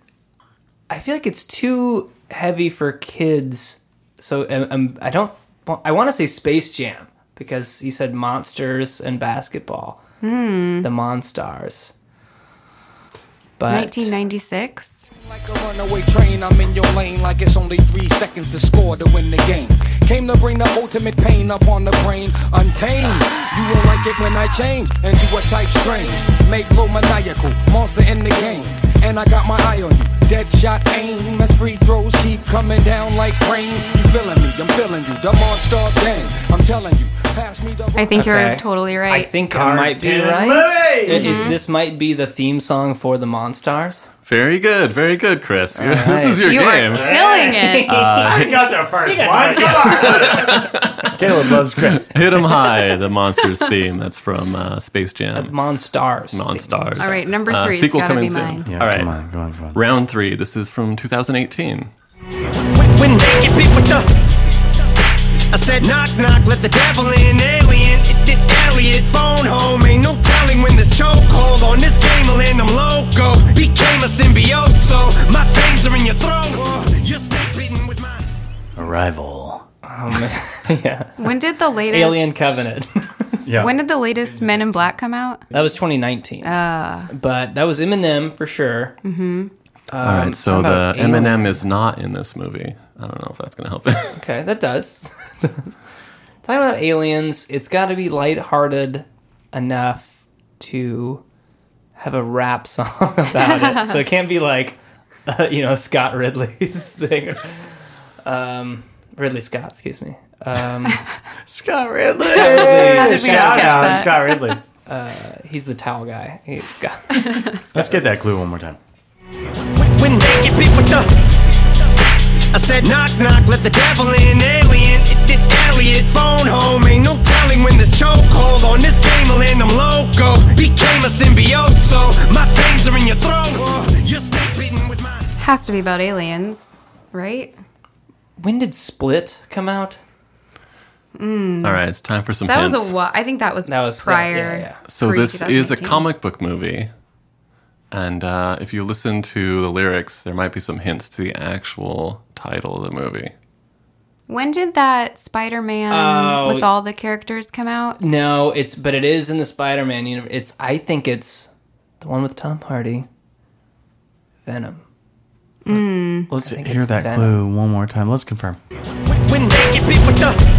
B: I feel like it's too heavy for kids, so I'm, I'm, I don't. wa- I want to say Space Jam because you said monsters and basketball,
D: Hmm.
B: the Monstars. But
D: 1996.
K: Like a runaway train, I'm in your lane like it's only three seconds to score to win the game. Came to bring the ultimate pain upon the brain, untamed. You won't like it when I change into a type strange. Make low maniacal, monster in the game. And I got my eye on you, dead shot aim. As free throws keep coming down like rain. You feeling me, I'm feeling you, the monster gang. I'm telling you, pass me the
D: I think
B: Okay.
D: you're totally right. Mm-hmm.
B: I think I might be
A: Cartoon
B: right.
A: movie!
B: It is- this might be the theme song for the Monstars.
C: Very good, very good, Chris. this is your
D: you
C: game.
D: are killing it.
A: I got the first one. Come on. Caleb loves Chris.
C: Hit 'em high, the monsters theme. That's from uh, Space Jam.
B: Monstars.
C: Monstars.
D: All right, number
C: Uh,
D: three's
C: sequel
D: gotta
C: coming
D: be
C: soon.
D: mine.
A: Yeah,
C: All right,
A: come on, come on, come on.
C: round three. This is from 2018.
G: When they get beat with the I said knock knock, let the devil in, alien, it did Elliot, phone home, ain't no telling when this chokehold on this game will end, I'm loco, became a symbiote, so my fangs are in your throat, oh, you're snake bitten with my...
A: Arrival.
D: When did the latest
B: Alien Covenant.
A: Yeah.
D: When did the latest Men in Black come out?
B: That was 2019. but that was Eminem for sure.
C: All
D: Um,
C: right,
B: talking
C: so the
B: about
C: Eminem is not in this movie. I don't know if that's going to help it.
B: Okay, that does. Talking about aliens, it's got to be lighthearted enough to have a rap song about it. So it can't be like, uh, you know, Scott Ridley's thing. Um, Ridley Scott, excuse me. Um,
A: Scott Ridley.
D: How did we not
A: Shout
D: catch
A: out,
D: that?
A: Scott Ridley.
B: he's the towel guy. He's Scott.
A: Let's get that clue one more time.
G: When they get beat with the I said knock knock, let the devil in, alien, it did Elliot, phone home, ain't no telling when this chokehold on this game will end, I'm loco, became a symbiote, so my fangs are in your throat, oh, you're snake bitten with my...
D: Has to be about aliens, right?
B: When did Split come out?
D: Mm.
C: All right, it's time for some
D: That
C: hints.
D: was a. Wa- I think that was
B: That was- yeah,
D: prior.
B: yeah.
C: So
D: pre-
C: this is a
D: 2018.
C: comic book movie, and uh, if you listen to the lyrics, there might be some hints to the actual title of the movie.
D: When did that Spider-Man
B: Oh.
D: with all the characters come out?
B: No, it's but it is in the Spider-Man universe. It's I think it's the one with Tom Hardy, Venom.
D: Mm.
A: Let's
B: think
A: hear
B: it's
A: that
B: Venom.
A: clue one more time. Let's confirm.
L: When they get bit with the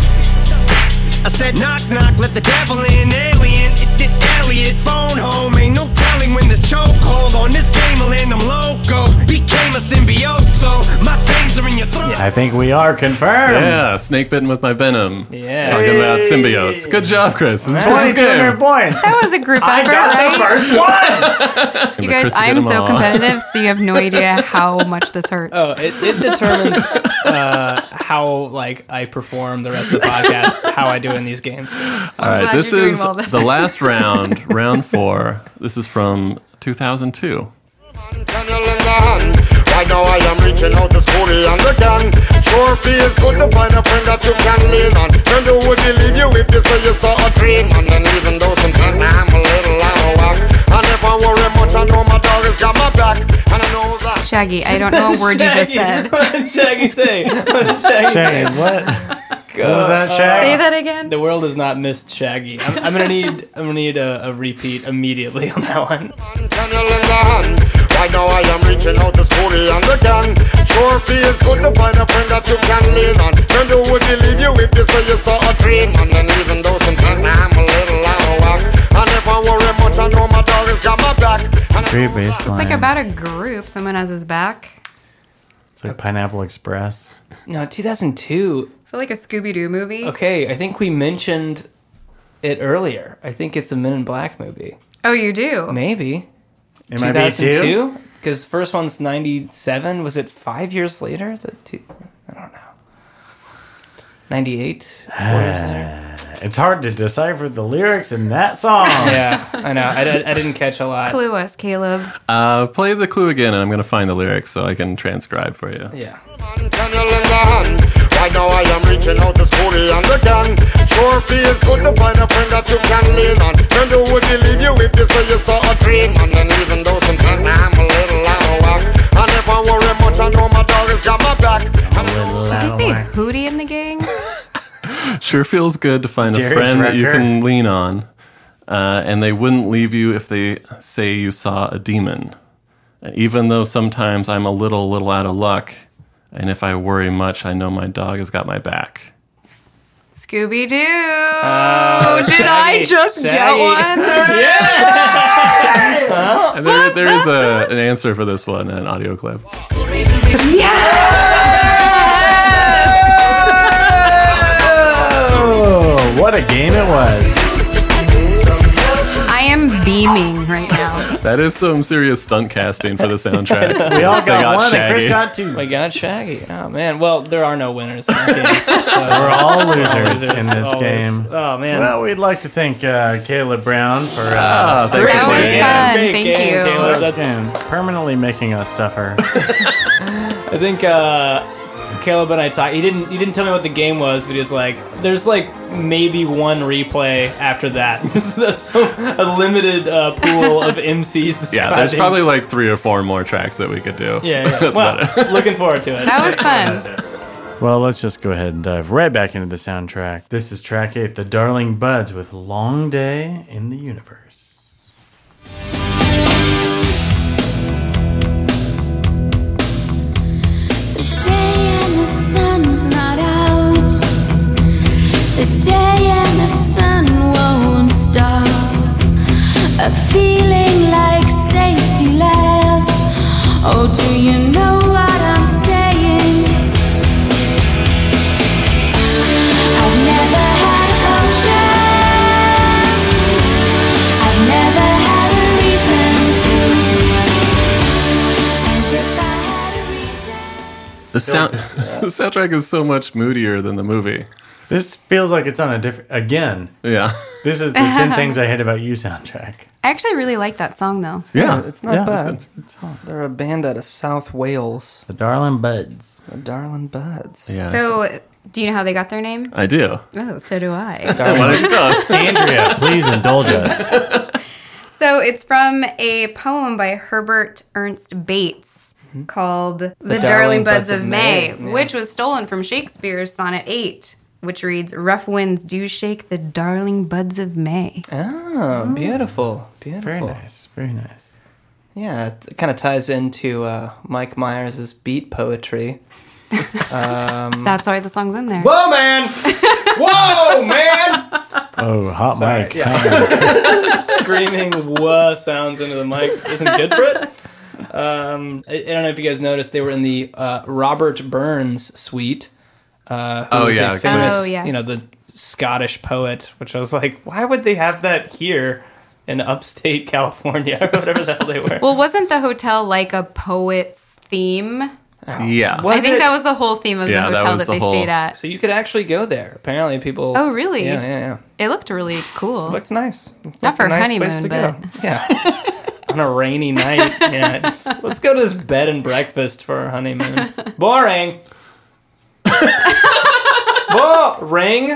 L: I said knock knock, let the devil in, alien, it did Elliot, phone home, ain't no telling when this chokehold on this game will end, I'm loco, became a symbiote, so my fangs are in your throat.
A: I think we are confirmed.
C: Yeah, snake bitten with my venom.
L: Yeah.
C: talking about symbiotes. Good job, Chris. This is Chris's game.
A: points.
D: That was a group
E: I
D: effort,
E: got the
D: right?
E: first
D: one. you
C: But
D: guys,
C: Chrissy did
D: I'm
C: them
D: so
C: all.
D: competitive, so you have no idea how much this hurts.
B: Oh, it, it determines uh, how like I perform the rest of the podcast, how I do in these games.
C: All right, this is the last round, round four. This is from 2002.
M: Right now I am reaching out to Scooty and the gang. Sure feels good to find a friend that you can lean on. Then you would believe you if you say you saw a dream. And then even though sometimes I'm a little out of whack, I never worry much. I know my dog has got my back, and I know that.
D: Shaggy, I don't know a word you just said.
B: What did Shaggy say? What did Shaggy,
A: Shaggy, what?
B: What
A: was that, Shaggy? Say
D: that again.
B: The world has not missed Shaggy. I'm, I'm gonna need. I'm gonna need a, a repeat immediately on that one.
M: Right now I am reaching out to Scooty and the gang. Sure feels good to find a friend that you can lean on. Then you would believe you if you say you saw a dream. And then even though sometimes I'm a little out of whack, I never worry much. I know my dog has got my back.
A: Great bass
D: It's like
A: line.
D: about a group. Someone has his back.
A: It's like Pineapple Express.
B: No, 2002.
D: Is it like a Scooby Doo movie?
B: Okay, I think we mentioned it earlier. I think it's a Men in Black movie.
D: Oh, you do?
B: Maybe.
A: It might be two?
B: Because first one's 97. Was it five years later? The two, I don't know. 98? Four years later?
A: It's hard to decipher the lyrics in that song.
B: yeah, I know. I, did- I didn't catch a lot.
D: Clue us, Caleb.
C: Uh, play the clue again, and I'm going to find the lyrics so I can transcribe for you.
B: Yeah.
M: Right now I am reaching out to Scooty and the gang. Sure feels good to find a friend that you can lean on. Then you would believe you if you say you saw a dream. And then even though sometimes I'm a little out of whack, I never worry much. I know my dog has got my back.
D: Does he say Hootie in the gang?
C: Sure feels good to find a
A: Darius
C: friend that you
A: Rucker.
C: can lean on, uh, and they wouldn't leave you if they say you saw a demon. And even though sometimes I'm a little, little out of luck, and if I worry much, I know my dog has got my back.
D: Scooby Doo. Did I just get
B: Oh, Shaggy.
D: one?
C: And there, there is a, an answer for this one, an audio clip.
A: Oh, what a game it was.
D: I am beaming right now.
C: That is some serious stunt casting for the soundtrack.
B: We all
C: They
B: got one and Chris
C: Shaggy.
A: got two.
B: We got Shaggy. Oh, man. Well, there are no winners in our games, so-
A: We're all losers
B: Losers,
A: in this
B: always.
A: game.
B: Oh, man.
A: Well, we'd like to thank uh, Caleb Brown for.
B: Ah,
A: Uh,
B: thanks for That was playing. fun.
A: Great
B: Thank
A: game,
B: you.
A: Caleb.
B: That's-
A: That's permanently making us suffer.
B: I think uh, Caleb and I talked. He didn't. He didn't tell me what the game was, but he was like, "There's like maybe one replay after that. so that's so- a limited uh, pool of MCs." Describing.
C: Yeah, there's probably like three or four more tracks that we could do.
B: Yeah, yeah.
C: That's
B: well,
C: about it.
B: looking forward to it.
D: That was fun.
A: Well, let's just go ahead and dive right back into the soundtrack. This is track eight, The Darling Buds, with Long Day in the Universe.
E: day and the sun's not out. The day and the sun won't stop. A feeling like safety lasts. Oh, do you know what I'm saying? I've never had closure. I've never had a reason to. And if I
C: The sound the soundtrack is so much moodier than the movie.
A: This feels like it's on a different. Again.
C: Yeah.
A: This is the 10 Things I Hate About You soundtrack.
D: I actually really like that song though.
A: Yeah.
B: it's not
A: Yeah, that's
B: bad. They're a band out of South Wales,
A: The Darling Buds.
B: the Darling Buds.
D: So Do you know how they got their name?
C: I do.
D: Oh, so do I.
C: Why don't you talk?
A: Andrea, please indulge us.
D: So it's from a poem by Herbert Ernst Bates called The, Darling Buds, of May, which was stolen from Shakespeare's Sonnet 8, which reads Rough winds do shake the darling buds of May.
B: Oh, beautiful, beautiful.
A: Very nice. Very nice.
B: Yeah, it kind of ties into uh, Mike Myers' beat poetry.
D: That's why the song's in there.
I: Whoa, man! Whoa, man!
A: Oh, hot mic.
B: Screaming "wah" sounds into the mic isn't good for it. Um, I, I don't know if you guys noticed they were in the uh, Robert Burns suite. Uh, who
C: Oh,
B: is
C: yeah,
B: a
C: okay.
B: famous,
D: Oh, yes.
B: you know the Scottish poet. Which I was like, why would they have that here in upstate California or whatever the hell they were?
D: Well, wasn't the hotel like a poet's theme?
C: Yeah.
D: I think that was the whole theme of
C: Yeah,
D: the
C: that
D: hotel
C: was
D: that,
C: the
D: they
C: whole-
D: stayed at.
B: so you could actually go there. Apparently, people.
D: Oh, really?
B: Yeah, yeah, yeah.
D: It looked really cool.
B: Looks nice.
D: Not for a
B: nice
D: honeymoon,
B: place to
D: but
B: go. Yeah. On a rainy night. Yeah. just- let's go to this bed and breakfast for our honeymoon. Boring. Boring.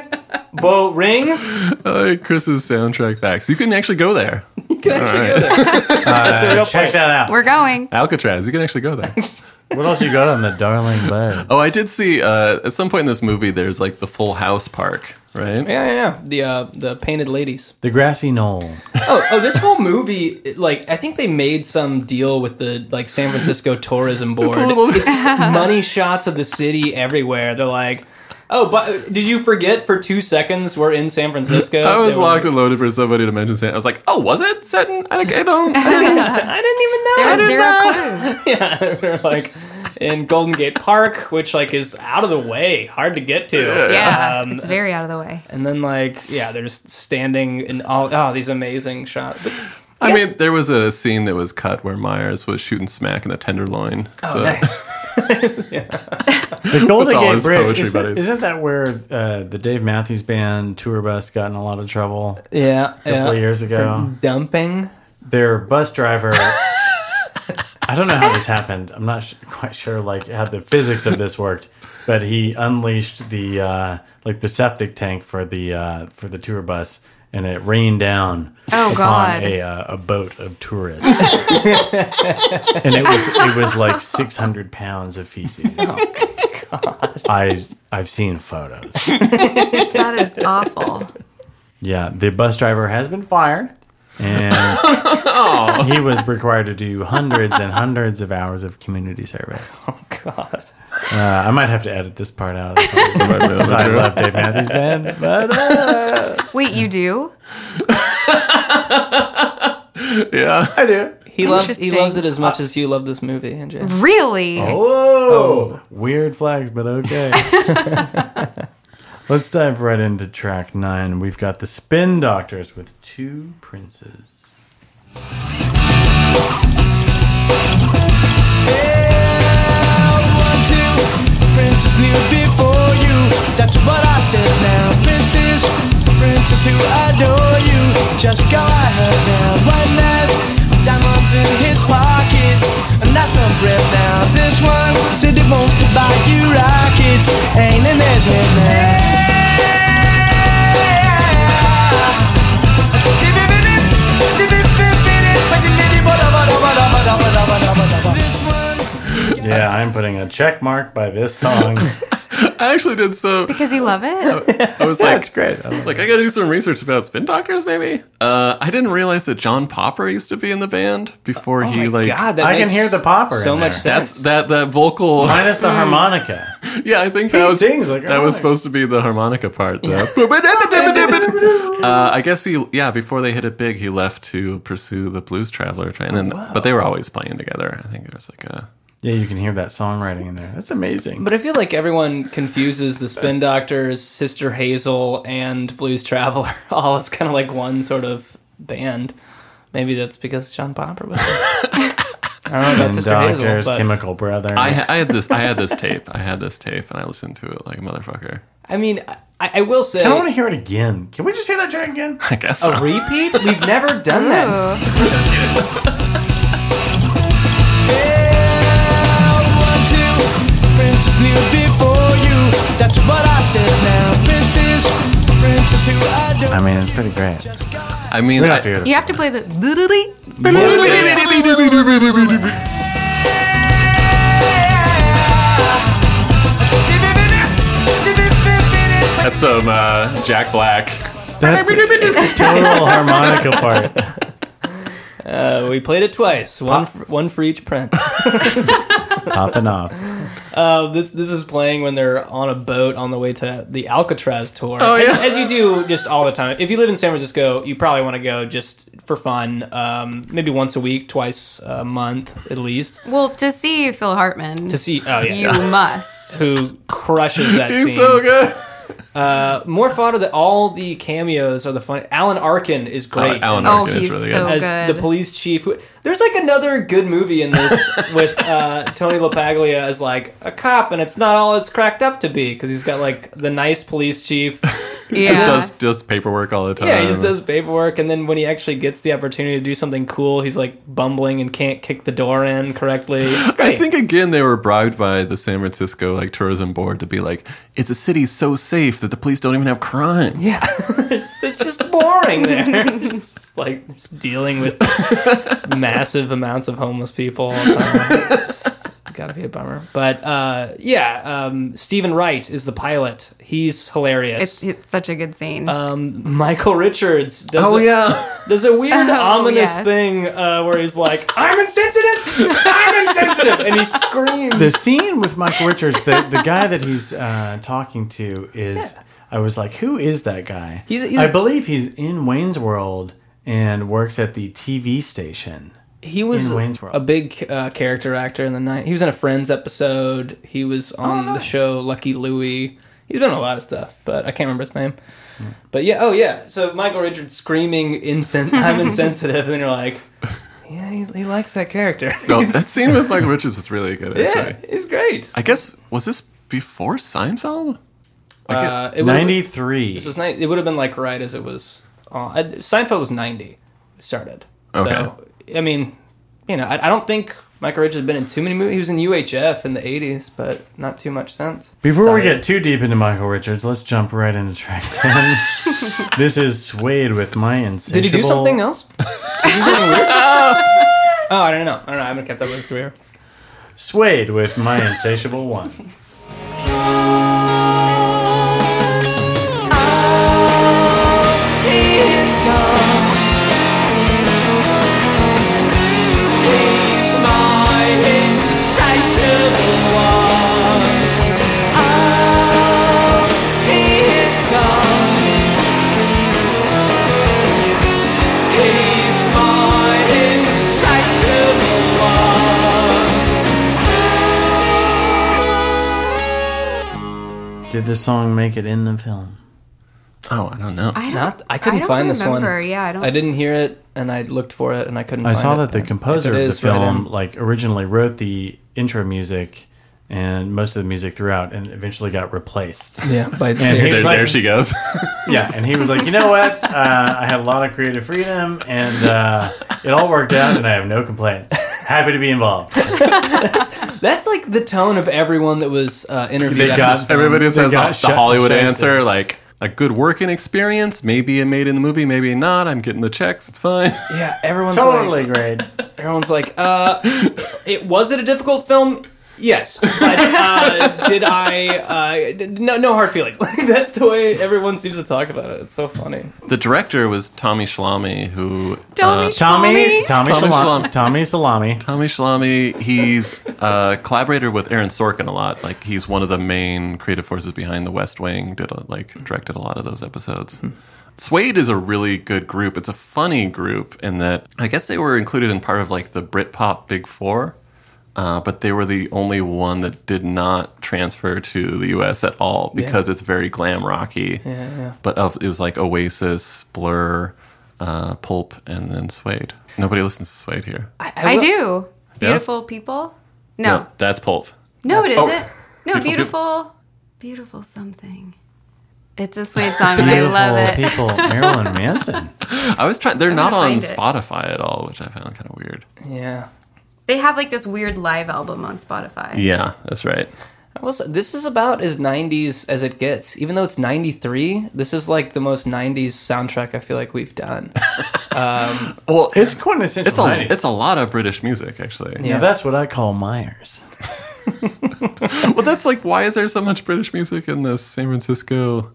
B: Boring.
C: Uh, Chris's soundtrack facts. You can actually go there. You can actually go there.
B: That's
C: Uh,
B: a real
A: Check
B: place.
A: that out.
D: we're going.
C: Alcatraz. You can actually go there.
A: What else you got on the darling bud?
C: Oh, I did see uh, at some point in this movie, there's like the Full House Park, right?
B: Yeah, yeah, yeah. The uh, the painted ladies.
A: The grassy knoll.
B: Oh, oh, this whole movie, it- like I think they made some deal with the like San Francisco tourism board. It's,
C: little bit-
B: just money shots of the city everywhere. They're like, oh, but did you forget for two seconds we're in San Francisco?
C: I
B: They
C: was
B: were-
C: locked and loaded for somebody to mention Santa. I was like, oh, was it Seton? I don't- I don't. I don't-
B: I didn't even know.
D: There
B: I
D: was
B: didn't
D: zero
B: know.
D: clue.
B: yeah, they're like in Golden Gate Park, which like is out of the way, hard to get to.
D: Yeah, it's very out of the way.
B: And then like yeah, they're just standing in all oh these amazing shots. But,
C: I mean, there was a scene that was cut where Myers was shooting smack in a tenderloin. Oh, so.
B: nice.
A: The Golden
C: all
A: Gate
C: his
A: Bridge.
C: poetry
A: Isn't,
C: buddies.
A: isn't that where uh, the Dave Matthews Band tour bus got in a lot of trouble a
B: Yeah,
A: couple
B: yeah.
A: of years ago?
B: Dumping.
A: Their bus driver. I don't know how this happened. I'm not sh- quite sure like how the physics of this worked, but he unleashed the uh, like the septic tank for the uh, for the tour bus, and it rained down
D: Oh,
A: upon
D: God.
A: a uh, a boat of tourists, and it was it was like 600 pounds of feces. I I've seen photos.
D: That is awful.
A: Yeah, the bus driver has been fired, and he was required to do hundreds and hundreds of hours of community service. Uh,
B: Oh God.
A: I might have to edit this part out. Because I love Dave Matthews Band, but uh,
D: Wait, you do?
C: yeah. I do.
B: He loves he
D: Interesting. Mm.
B: loves it as much as you love this movie, Andrew.
D: Really?
C: Oh.
A: whoa, Oh, weird flags, but okay. Let's dive right into track nine. We've got the Spin Doctors with two princes.
G: One, two, princess knew before you. That's what I said now. Princess, princess who adore you. Just go ahead now. One has diamonds in his pockets. And that's some breath now. This one said he wants to buy you rockets. Ain't in his head now. This one
A: Yeah, I'm putting a check mark by this song.
C: I actually did so.
D: Because you love
C: Oh,
D: it?
C: I was like,
A: great.
C: I was like, I gotta do some research about spin doctors, maybe. Uh, I didn't realize that John Popper used to be in the band before
A: Oh
C: he like.
B: God, that
A: I can
B: makes
A: hear the popper
B: So
A: in there.
B: much sense.
C: That's that that vocal.
A: Minus the harmonica.
C: Yeah, I think that was
A: sings like
C: that
A: harmonica.
C: was supposed to be the harmonica part. Though. uh, I guess he yeah before they hit it big, he left to pursue the Blues Traveler train,
A: Oh,
C: and but they were always playing together. I think it was like a
A: Yeah, you can hear that songwriting in there. That's amazing.
B: But I feel like everyone confuses the Spin Doctors, Sister Hazel, and Blues Traveler all as kind of like one sort of band. Maybe that's because John Popper was. There. I don't know about
A: and
B: Sister
A: Doctors,
B: Hazel, but
A: Chemical Brothers.
C: I I had this I had this tape I had this tape and I listened to it like a motherfucker.
B: I mean, I, I will say
A: I don't want to hear it again. Can we just hear that track again?
C: I guess
B: a repeat. We've never done that.
D: Ooh.
G: Princess knew before you.
N: That's what I said now. Princess, princess who I don't.
A: I mean, it's pretty great.
C: I mean,
A: we don't have to hear
D: You have to play the.
C: That's some uh, Jack Black.
A: That's a total harmonica part.
B: Uh, we played it twice, one for, one for each prince.
A: Popping off.
B: Uh, this this is playing when they're on a boat on the way to the Alcatraz tour.
C: Oh,
B: As-
C: yeah.
B: as, you do just all the time. If you live in San Francisco, you probably want to go just for fun, um, maybe once a week, twice a month at least,
D: Well, to see Phil Hartman,
B: to see. Oh yeah,
D: you must.
B: who crushes that
C: He's
B: scene.
C: so good.
B: Uh, more fodder that all the cameos are the fun. Alan Arkin is great.
C: Alan
D: Oh,
C: Arkin is
D: he's
C: really
D: so
C: good.
B: as
D: good.
B: the police chief. Who, there's like another good movie in this with uh, Tony LaPaglia as like a cop, and it's not all it's cracked up to be because he's got like the nice police chief.
D: yeah.
C: Just does just paperwork all the time.
B: Yeah, he just does paperwork, and then when he actually gets the opportunity to do something cool, he's like bumbling and can't kick the door in correctly. It's great.
C: I think again they were bribed by the San Francisco like tourism board to be like, it's a city so safe that the police don't even have crimes. Yeah.
B: it's, it's just boring there. It's just like just dealing with massive amounts of homeless people. All the time. It's Gotta be a bummer, but uh, yeah. Um, Stephen Wright is the pilot. He's
D: It's,
B: hilarious.
D: it's such a good scene.
B: um, Michael Richards does
C: Oh
B: a,
C: yeah.
B: does a weird
D: Oh,
B: ominous
D: yes.
B: thing uh, where he's like, "I'm insensitive, I'm insensitive," and he screams.
A: The scene with Michael Richards, the, the guy that he's uh, talking to is, I was like, who is that guy?
B: He's- he's-
A: I believe he's in Wayne's World and works at the TV station.
B: He was
A: in Wayne's World.
B: a big uh, character actor in the night. He was in a Friends episode. He was on the show Lucky Louie. He's been in a lot of stuff, but I can't remember his name. But yeah, oh yeah. So Michael Richards screaming, insen- "I'm insensitive," and you're like, yeah, he, he likes that character.
C: No, that scene with Michael Richards was really good. Actually,
B: yeah, he's great.
C: I guess was this before Seinfeld? Like,
B: Uh, it would've-
A: 93.
B: This was ni- It would have been like right as it was. On. I- Seinfeld was ninety. It started. So I mean, you know, I, I don't think Michael Richards has been in too many movies. He was in UHF in the eighties, but not too much since.
A: Before we get too deep into Michael Richards, let's jump right into track 10. this is Suede with my
B: Did
A: insatiable...
B: he do something else? Did he do something weird? oh, I don't know. I don't know. I haven't kept up with his career.
A: Suede with my insatiable one.
N: He's gone. He's my insatiable one. Oh, he is gone. He's my insatiable one.
A: Did this song make it in the film?
C: oh, I don't know.
D: I
B: Not. I couldn't
D: don't
B: find
D: remember.
B: this one.
D: Yeah, I don't.
B: I didn't hear it, and I looked for it, and I couldn't.
A: I
B: find
A: saw
B: it,
A: that the
B: but
A: composer
B: if it
A: of the
B: is right
A: film
B: in-
A: like originally wrote the intro music and most of the music throughout and eventually got replaced.
B: yeah, by
A: And he
C: There,
A: was like,
C: there she goes.
A: yeah, and he was like, you know what? Uh, I had a lot of creative freedom, and uh, it all worked out, and I have no complaints. Happy to be involved.
B: That's like the tone of everyone that was uh, interviewed.
A: They
B: after
A: got-
B: this film.
C: Everybody has
A: They
C: has
A: got
C: the
A: shut-
C: Hollywood
A: shusted.
C: answer, like a good working experience. Maybe it made in the movie, maybe not. I'm getting the checks. It's fine.
B: Yeah, everyone's
A: Totally
B: like,
A: great.
B: everyone's like, uh, it was it a difficult film? Yes, but uh, did I? Uh, d- no, no hard feelings. Like that's the way everyone seems to talk about it. It's so funny.
C: The director was Tommy Schlamme, who
D: Tommy
C: uh,
A: Tommy, Tommy,
C: Tommy
A: Salami,
C: Shalami.
A: Tommy Salami.
C: Tommy Schlamme, he's a collaborator with Aaron Sorkin a lot. Like he's one of the main creative forces behind The West Wing. Did a, like directed a lot of those episodes. Suede is a really good group. It's a funny group in that I guess they were included in part of like the Britpop Big Four, uh, but they were the only one that did not transfer to the U.S. at all because it's very glam rocky. Yeah, yeah. But of, it was like Oasis, Blur, uh, Pulp, and then Suede. Nobody listens to Suede here.
D: I do.
C: Yeah?
D: Beautiful people. No,
C: that's Pulp.
D: no, it isn't.
C: oh.
D: No,
C: Beautiful
D: beautiful, beautiful something. It's a Suede song, and I love it.
A: people. Marilyn Manson.
C: I was trying. They're not
D: gonna
C: on
D: find it.
C: Spotify at all, which I found kind of weird.
B: Yeah,
D: They have like this weird live album on Spotify.
C: Yeah, that's right.
B: I was, this is about as 90s as it gets. Even though it's 93, this is like the most 90s soundtrack I feel like we've done. Um,
C: well,
A: it's quintessential.
C: It's a, it's a lot of British music, actually.
A: Yeah, that's what I call Myers.
C: well, that's like why is there so much British music in this San Francisco?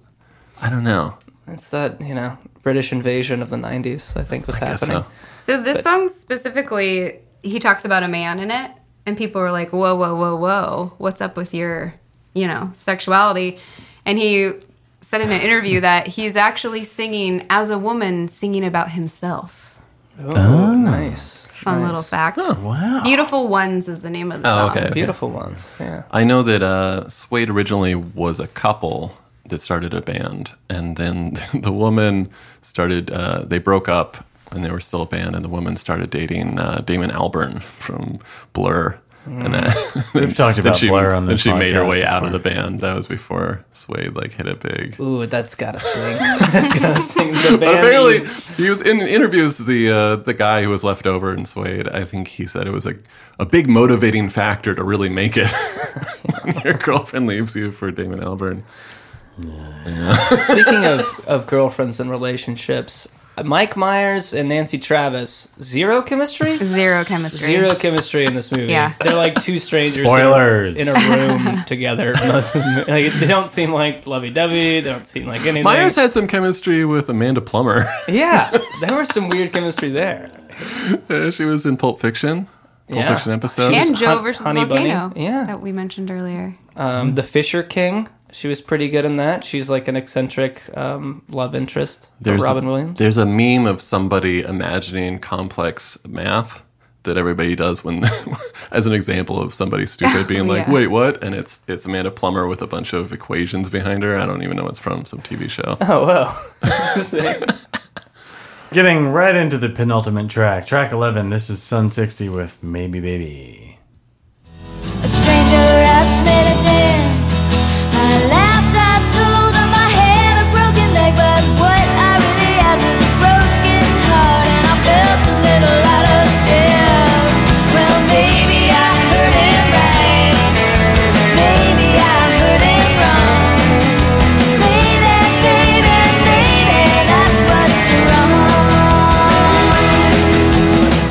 C: I don't know.
B: It's that, you know, British invasion of the 90s, I think, was
C: guess
B: happening.
C: so.
D: So this
B: But-
D: song specifically, he talks about a man in it, and people were like, "Whoa, whoa, whoa, whoa! What's up with your, you know, sexuality?" And he said in an interview that he's actually singing as a woman, singing about himself.
B: Oh, nice.
D: Fun
B: Nice.
D: little fact.
A: wow.
D: Beautiful ones is the name of the
C: Oh,
D: song.
C: okay, okay.
B: Beautiful ones. Yeah.
C: I know that uh, Suede originally was a couple that started a band, and then the woman started. Uh, they broke up when they were still a band, and the woman started dating uh, Damon Albarn from Blur. And uh,
A: Mm. We've talked
C: then
A: about
C: she,
A: Blur on
C: then
A: this
C: she made her
A: podcast
C: way out of the band. That was before Suede like hit it big.
B: Ooh, that's gotta sting. that's gotta sting. The
C: But
B: band
C: apparently,
B: is-
C: he was in interviews. The uh, the guy who was left over in Suede, I think he said it was a a big motivating factor to really make it. when your girlfriend leaves you for Damon Albarn. Yeah.
B: Speaking of, of girlfriends and relationships, Mike Myers and Nancy Travis, zero chemistry?
D: Zero chemistry.
B: Zero chemistry in this movie.
D: Yeah.
B: They're like two strangers in-
A: Spoilers.
B: in a room together. Most of the mo- like, they don't seem like lovey dovey. They don't seem like anything.
C: Myers had some chemistry with Amanda Plummer.
B: yeah, there was some weird chemistry there.
C: Uh, she was in Pulp Fiction. Pulp
B: Yeah.
C: Fiction episode.
D: And Joe versus
B: Honey Bunny.
D: Volcano,
B: Yeah.
D: that we mentioned earlier.
B: Um, the Fisher King. She was pretty good in that. She's like an eccentric um, love interest for Robin Williams.
C: There's a meme of somebody imagining complex math that everybody does when, as an example of somebody stupid being like,
D: Yeah.
C: "Wait, what?" And it's it's Amanda Plummer with a bunch of equations behind her. I don't even know what's from some TV show.
B: Oh wow!
A: Getting right into the penultimate track, track 11. This is Sun 60 with Maybe Baby.
E: A stranger asked me to dance. I laughed, I told him I had a broken leg, but what I really had was a broken heart, and I felt a little out of step. Well, maybe I heard it right. Maybe I heard it wrong. Maybe, baby, maybe that's what's wrong.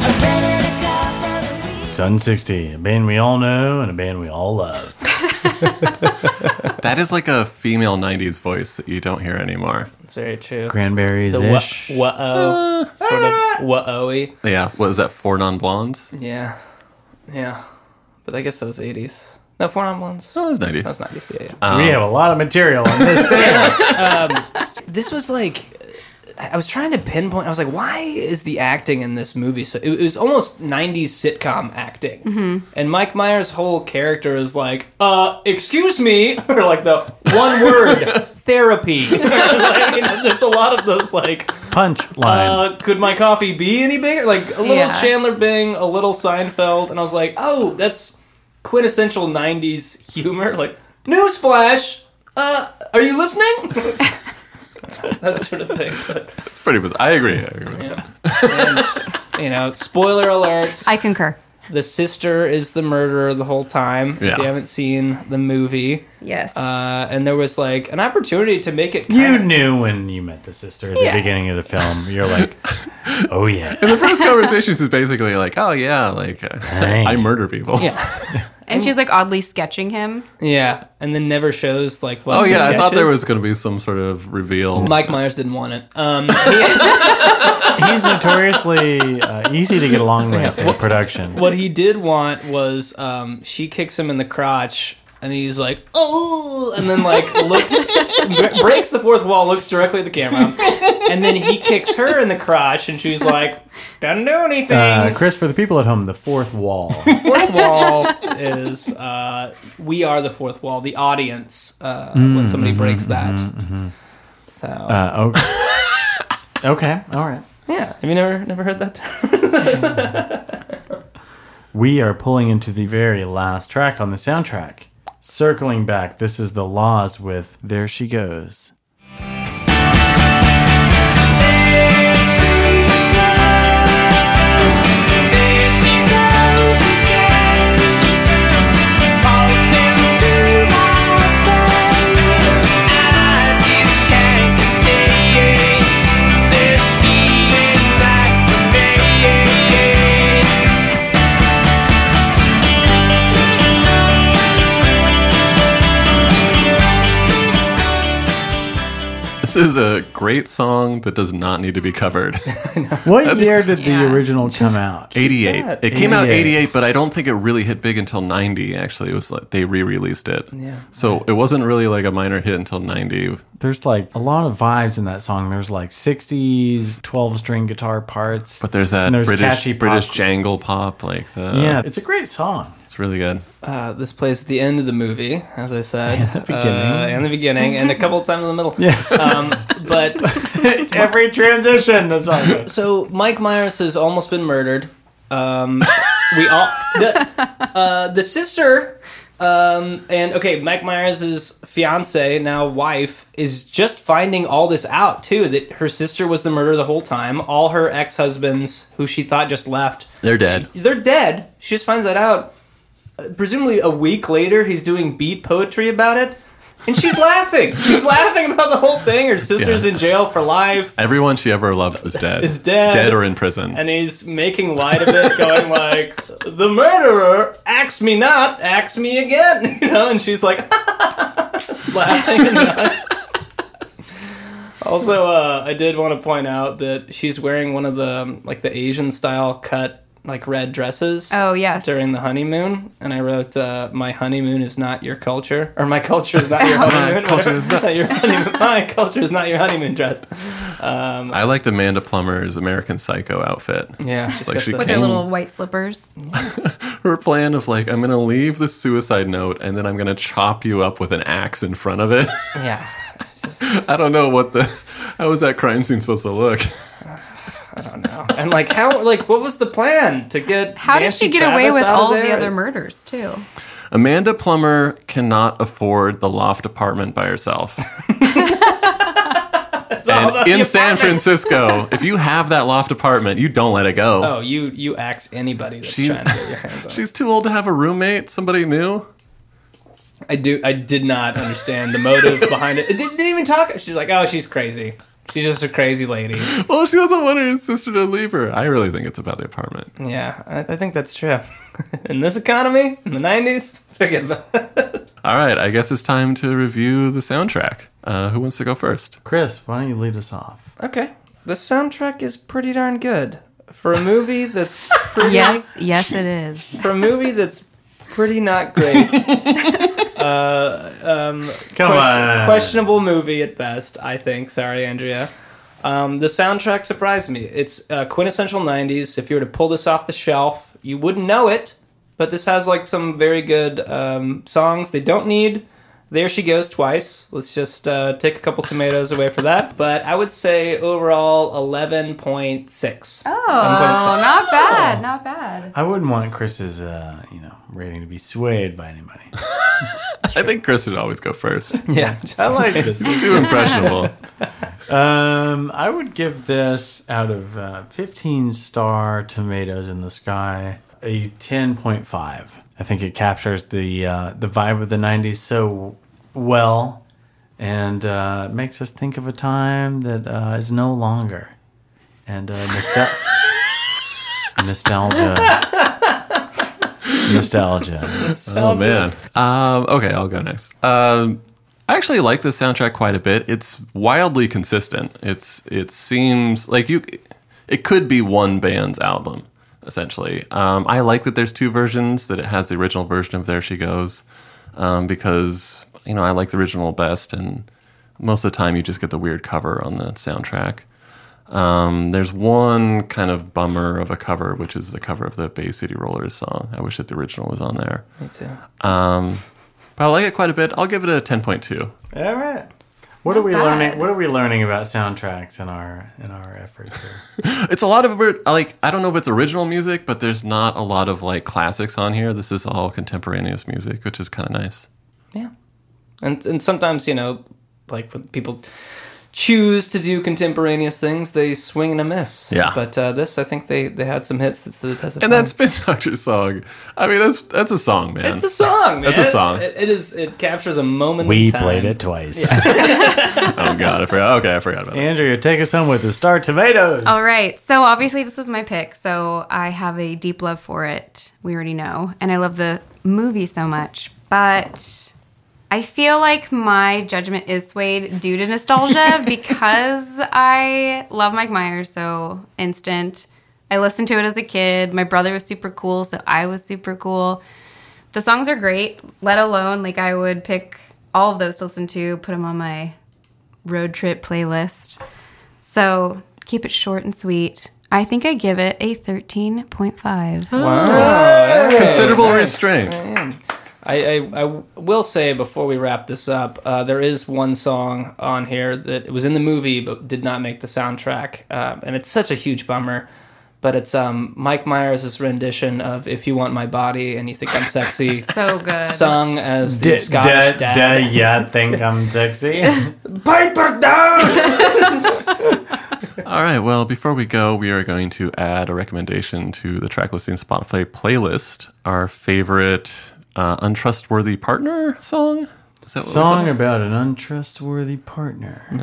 E: I'm ready to go.
A: Sun 60, a band we all know and a band we all love.
C: that is like a female '90s voice that you don't hear anymore.
B: It's very true.
A: Cranberries
B: The
A: ish.
B: wha- wha-oh, sort of wha-oh-y.
C: Yeah, what is that? Four non blondes.
B: Yeah, yeah. But I guess that was eighties. No, four on ones.
C: No, it was Um, 90s.
B: That was nineties. Yeah, yeah.
A: we have a lot of material on this
B: this was like I I was trying to pinpoint. I was like, why is the acting in this movie so? It, it was almost '90s sitcom acting, and Mike Myers' whole character is like, "Uh, excuse me," or like the one word therapy. Like, you know, there's a lot of those like,
A: punch line.
B: uh, "Could my coffee be any bigger?" Like a little
D: Yeah.
B: Chandler Bing, a little Seinfeld, and I was like, "Oh, that's quintessential '90s humor." Like, newsflash. Uh, are you listening? that sort of thing. But
C: It's pretty bizarre. I agree. I agree with that.
B: yeah. And, you know, spoiler alert:
D: I concur.
B: the sister is the murderer the whole time.
C: Yeah.
B: If you haven't seen the movie,
D: Yes.
B: uh, and there was like an opportunity to make it.
A: You
B: Kind
A: knew when you met the sister at the
D: Yeah.
A: beginning of the film. You're like, oh yeah.
C: And the first conversations is basically like, "Oh yeah, like uh,
A: Dang.
C: I murder people."
B: yeah,
D: and she's like oddly sketching him.
B: yeah, and then never shows like. What
C: Oh
B: the
C: yeah, I thought there
B: sketches.
C: was going to be some sort of reveal.
B: Mike Myers didn't want it. Um,
A: He's notoriously uh, easy to get along with in production.
B: what he did want was um, she kicks him in the crotch and he's like oh and then like looks br- breaks the fourth wall looks directly at the camera and then he kicks her in the crotch and she's like don't do anything
A: Uh, Chris, for the people at home, the fourth wall.
B: fourth wall is uh, we are the fourth wall the audience uh, when somebody breaks that so
A: Uh, okay. okay, all right.
B: yeah have you never never heard that term?
A: We are pulling into the very last track on the soundtrack. Circling back, this is The Laws with There She Goes.
N: There she goes again. She goes, waltzing through
C: This is a great song that does not need to be covered.
A: What year did the original come out?
C: 88.
A: Yeah,
C: it came out
A: 88.
C: 88, but I don't think it really hit big until 90, actually. It was like they re released it. Yeah. So it wasn't really like a minor hit until 90.
A: There's like a lot of vibes in that song. There's like 60s 12 string guitar parts.
C: But there's that
A: And there's
C: British,
A: catchy pop.
C: British jangle pop. Like the,
A: yeah, it's a great song.
C: It's really good.
B: Uh, this plays at the end of the movie, as I said,
A: the beginning.
B: uh, and the beginning, and a couple times in the middle.
A: Yeah.
B: Um, but
A: Every transition is on it.
B: so Mike Myers has almost been murdered. Um, we all the uh, the sister um, and okay, Mike Myers' fiance now wife is just finding all this out too that her sister was the murderer the whole time. All her ex husbands who she thought just left
C: They're dead.
B: they're dead. She just finds that out. Uh, Presumably a week later, he's doing beat poetry about it, and she's laughing. She's laughing about the whole thing. Her sister's
C: Yeah.
B: in jail for life,
C: Everyone she ever loved was dead.
B: Is dead.
C: Dead or in prison.
B: and he's making light of it, going like, "The murderer axe me not, axe me again," you know. And she's like, laughing. And not. Also, uh, I did want to point out that she's wearing one of the um, like the Asian style cut like red dresses
D: Oh yes.
B: during the honeymoon, and I wrote, uh, "My honeymoon is not your culture, or my culture is not your honeymoon.
C: culture is
B: whatever. your honeymoon. My culture is not your honeymoon dress." Um,
C: I liked Amanda Plummer's American Psycho outfit.
B: yeah, she's
C: like
B: got
C: she
B: the-
D: with
C: came-
D: her little white slippers.
C: Her plan of like, I'm going to leave the suicide note and then I'm going to chop you up with an axe in front of it.
B: yeah. It's just-
C: I don't know what the. How was that crime scene supposed to look?
B: and like how like what was the plan to get
D: How did
B: Nancy
D: she get away
B: Travis
D: with
B: out of
D: all the
B: there?
D: other murders too?
C: Amanda Plummer cannot afford the loft apartment by herself. and in San Francisco, if you have that loft apartment, you don't let it go.
B: Oh, you you axe anybody that's
C: She's-
B: trying to get your hands on.
C: She's too old to have a roommate, somebody new.
B: I do. I did not understand the motive behind it. It didn't, didn't even talk. She's like, oh, she's crazy. She's just a crazy lady.
C: Well, she doesn't want her sister to leave her. I really think it's about the apartment.
B: Yeah, I, I think that's true. in this economy, in the '90s, forget about it.
C: All right, I guess it's time to review the soundtrack. Uh, who wants to go first?
A: Chris, why don't you lead us off?
B: Okay, the soundtrack is pretty darn good for a movie that's pretty,
D: Yes, yes, it is.
B: for a movie that's pretty not great.
A: Come
B: Ques-
A: on.
B: questionable movie at best, I think. Sorry, Andrea. Um, the soundtrack surprised me. It's uh, quintessential 90s. If you were to pull this off the shelf, you wouldn't know it, but this has like some very good um, songs they don't need. There She Goes Twice. Let's just uh, take a couple tomatoes away for that. But I would say overall 11.6.
D: Oh, not bad, not bad.
A: I wouldn't want Chris's, uh, you know, rating to be swayed by anybody.
C: I think Chris should always go first.
B: Yeah.
A: I like this.
C: He's too impressionable.
A: Um, I would give this out of uh, 15 star tomatoes in the sky a 10.5. I think it captures the uh, the vibe of the 90s so well and uh, makes us think of a time that uh, is no longer. And uh, nostal- nostalgia. nostalgia.
C: Oh man. Um, okay, I'll go next. Um, I actually like this soundtrack quite a bit. It's wildly consistent. It's it seems like you, it could be one band's album essentially. Um, I like that there's two versions. That it has the original version of There She Goes, um, because you know I like the original best, and most of the time you just get the weird cover on the soundtrack. Um, there's one kind of bummer of a cover, which is the cover of the Bay City Rollers song. I wish that the original was on there.
B: Me too.
C: Um, but I like it quite a bit. I'll give it a 10.2.
A: All right. What are we
D: bad.
A: learning? What are we learning about soundtracks in our in our efforts here?
C: It's a lot of weird- like I don't know if it's original music, but there's not a lot of like classics on here. This is all contemporaneous music, which is kind of nice.
B: Yeah. And and sometimes, you know, like when people choose to do contemporaneous things, they swing and a miss.
C: Yeah.
B: But uh, this, I think they, they had some hits that's the test of
C: And
B: time.
C: that Spin Doctor song. I mean, that's that's a song, man.
B: It's a song, man.
C: That's a song.
B: It, it is. It captures a moment.
A: We
B: in time.
A: played it twice.
C: oh god, I forgot. Okay, I forgot about that.
A: Andrea, take us home with the star tomatoes.
D: All right, so obviously this was my pick, so I have a deep love for it. We already know, and I love the movie so much, but. I feel like my judgment is swayed due to nostalgia because I love Mike Myers so instant. I listened to it as a kid. My brother was super cool, so I was super cool. The songs are great, let alone like I would pick all of those to listen to, put them on my road trip playlist. So keep it short and sweet. I think I give it a 13.5.
B: Hey,
C: Considerable
B: nice.
C: restraint.
B: Man. I, I, I will say before we wrap this up, uh, there is one song on here that it was in the movie but did not make the soundtrack, um, and it's such a huge bummer. But it's um, Mike Myers' rendition of "If You Want My Body and You Think I'm Sexy,"
D: So good.
B: sung as the
A: D-
B: Scottish
A: d-
B: dad.
A: d- yeah, think I'm sexy.
B: Piper down.
C: All right. Well, before we go, we are going to add a recommendation to the track listing Spotify playlist. Our favorite uh, untrustworthy partner song. Is that what
A: Song about an untrustworty partner.
C: we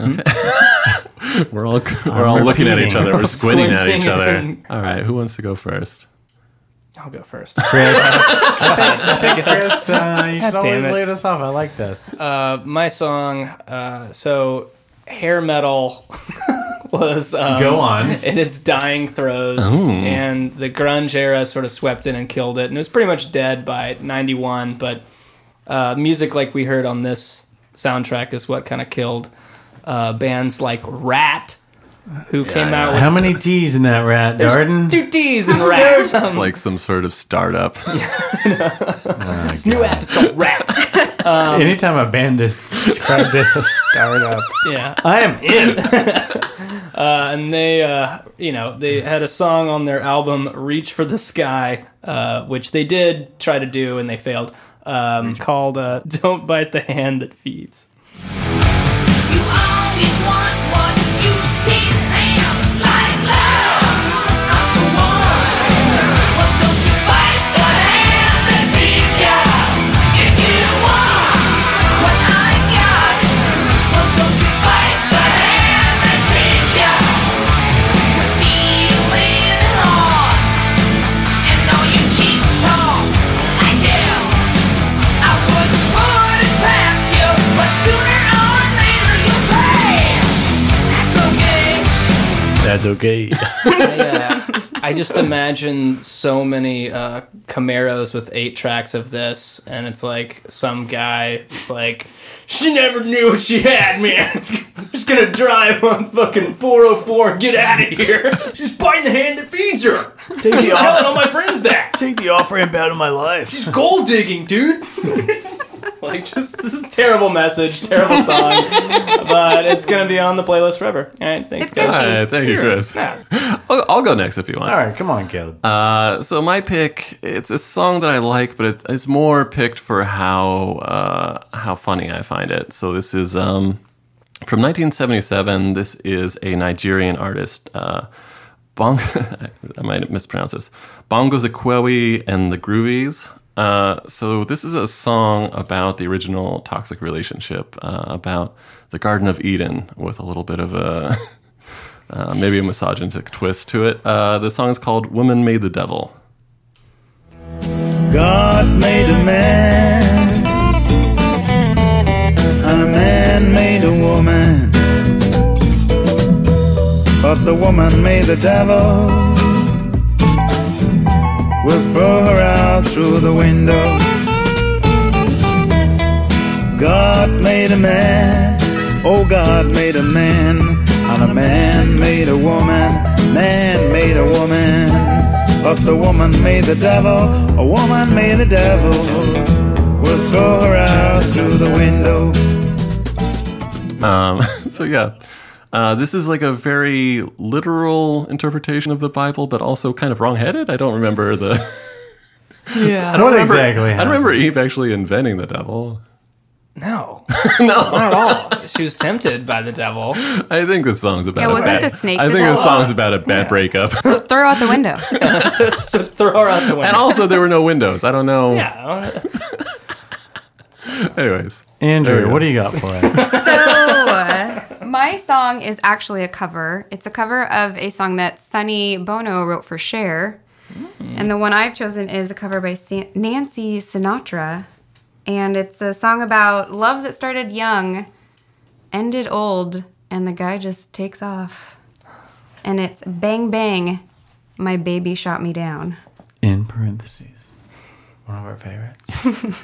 C: We're all we're all
A: I'm
C: looking at each
A: repeating.
C: other. We're squinting at each
B: Squinting.
C: other. All right. Who wants to go first?
B: I'll go first.
A: Chris, uh, you should
B: damn
A: always
B: it.
A: lead us off. I like this.
B: Uh, my song. Uh, so hair metal was um,
A: Go on.
B: in its dying throes, and the grunge era sort of swept in and killed it, and it was pretty much dead by '91. But uh, music like we heard on this soundtrack is what kind of killed uh, bands like Rat, who came out with
A: How many T's in that rat, Darden?
B: two D's in Rat.
C: It's like some sort of startup.
B: This new app is called Rat.
A: Anytime a band is described as a startup,
B: yeah,
A: I am in.
B: and they uh, you know they had a song on their album reach for the sky uh, which they did try to do and they failed um, called uh, don't bite the hand that feeds
E: You always want what you can have, like love. I'm the one, but don't you bite the hand that feeds ya. If you want what I got, but don't you bite the hand that feeds ya. Stealing hearts and all you cheap talk, like hell. I wouldn't put it past you, but sooner or later you'll pay. That's okay.
A: That's okay.
B: i just imagine so many uh, camaros with eight tracks of this and it's like some guy it's like she never knew what she had man i'm just gonna drive on fucking 404 get out of here she's biting the hand that feeds her
A: Take the,
B: i'm telling
A: off-
B: all my friends that
A: take the off ramp out of my life.
B: She's gold digging, dude. like, just this is a terrible message, terrible song, but it's gonna be on the playlist forever. All right, thanks,
D: It's
B: guys.
C: All
D: catchy.
C: right. Thank you, Chris. I'll, I'll go next if you want.
A: All right, come on, Caleb.
C: Uh, so my pick, it's a song that I like, but it's, it's more picked for how uh, how funny I find it. So this is um, from 1977. This is a Nigerian artist, uh, Bong. I might mispronounce this. Bongo Zakwewi and the Groovies. Uh, so this is a song about the original toxic relationship, uh, about the Garden of Eden, with a little bit of a. uh, maybe a misogynistic twist to it. Uh, the song is called "Woman Made the Devil."
L: God made a man, and a man made a woman. But the woman made the devil. We'll throw her out through the window. God made a man, oh God made a man, and a man made a woman, man made a woman, but the woman made the devil, a woman made the devil. We'll throw her out through the window.
C: Um, so yeah, uh, this is like a very literal interpretation of the Bible, but also kind of wrongheaded. I don't remember the.
B: Yeah.
C: I don't
A: What
C: remember,
A: exactly
C: I don't
A: happened?
C: remember Eve actually inventing the devil.
B: No, no, not at all. She was tempted by the devil.
C: I think this song's about.
D: Yeah,
C: a
D: wasn't
C: bad-
D: the snake
C: I
D: the
C: think this
D: devil?
C: song's about a bad breakup.
D: So throw out the window.
B: so throw her out the
C: and
B: window.
C: also, there were no windows. I don't know.
B: Yeah.
C: Anyways, There we
A: Andrew,
C: go.
A: what do you got for us?
D: So, my song is actually a cover. It's a cover of a song that Sonny Bono wrote for Cher. And the one I've chosen is a cover by Sa- Nancy Sinatra and it's a song about love that started young, ended old, and the guy just takes off. And it's bang bang, my baby shot me down.
A: In parentheses, one of our favorites.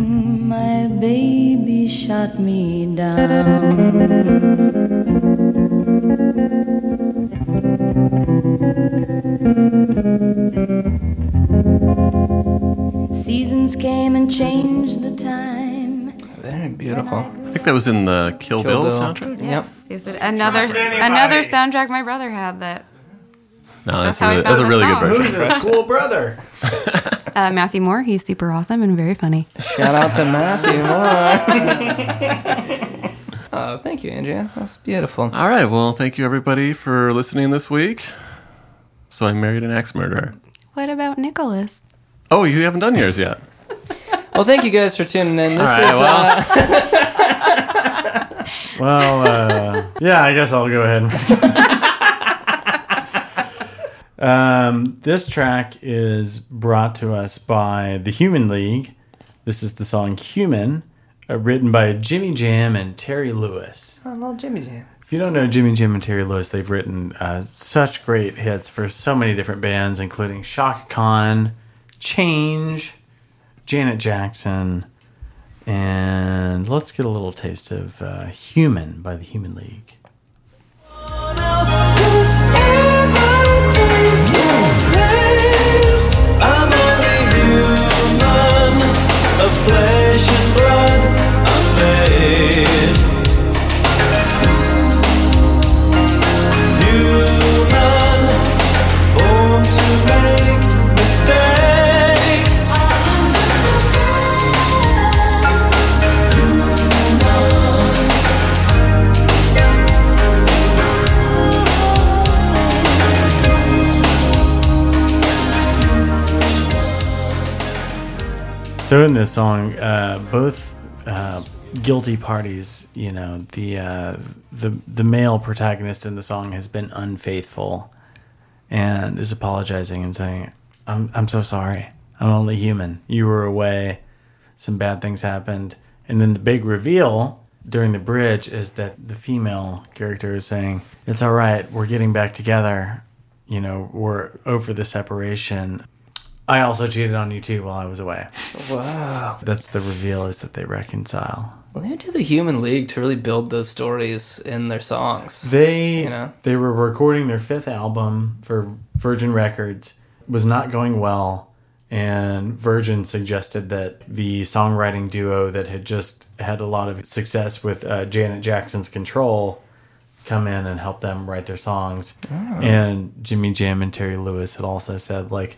O: My baby shot me down. Seasons came and changed the time.
B: Very beautiful.
C: I think that was in the Kill,
B: Kill
C: Bill,
B: Bill.
C: soundtrack.
B: Yep.
D: Is it another
B: Trust anybody.
D: another soundtrack my brother had that
C: No,
D: That's
C: that's,
D: how I
C: a really,
D: found
C: that's a
D: the
C: really good
D: song.
C: version.
D: Who's this
A: cool brother?
D: uh, Matthew Moore. He's super awesome and very funny.
B: Shout out to Matthew Moore. oh, thank you, Andrea. That's beautiful.
C: All right. Well, thank you everybody for listening this week. So I married an axe murderer.
D: What about Nicholas?
C: Oh, you haven't done yours yet.
B: Well, thank you guys for tuning in. This
C: All right,
B: is.
C: well-
B: Uh,
A: Well, uh, yeah, I guess I'll go ahead. um, this track is brought to us by the Human League. This is the song "Human," uh, written by Jimmy Jam and Terry Lewis.
B: I love Jimmy Jam.
A: If you don't know Jimmy Jim and Terry Lewis, they've written uh, such great hits for so many different bands, including Shock Con, Change, Janet Jackson, and let's get a little taste of uh, Human by the Human League.
N: I'm only human, of flesh and blood I'm made. Human, born to make mistakes.
A: So in this song, uh, both uh, guilty parties, you know, the uh, the the male protagonist in the song has been unfaithful, and is apologizing and saying, "I'm I'm so sorry. I'm only human. You were away. Some bad things happened." And then the big reveal during the bridge is that the female character is saying, "It's all right. We're getting back together. You know, we're over the separation. I also cheated on you too while I was away.
B: Wow.
A: That's the reveal is that they reconcile.
B: Well, they did the Human League to really build those stories in their songs.
A: They
B: You know?
A: they were recording their fifth album for Virgin Records. It was not going well, and Virgin suggested that the songwriting duo that had just had a lot of success with uh, Janet Jackson's Control come in and help them write their songs.
B: Oh.
A: And Jimmy Jam and Terry Lewis had also said like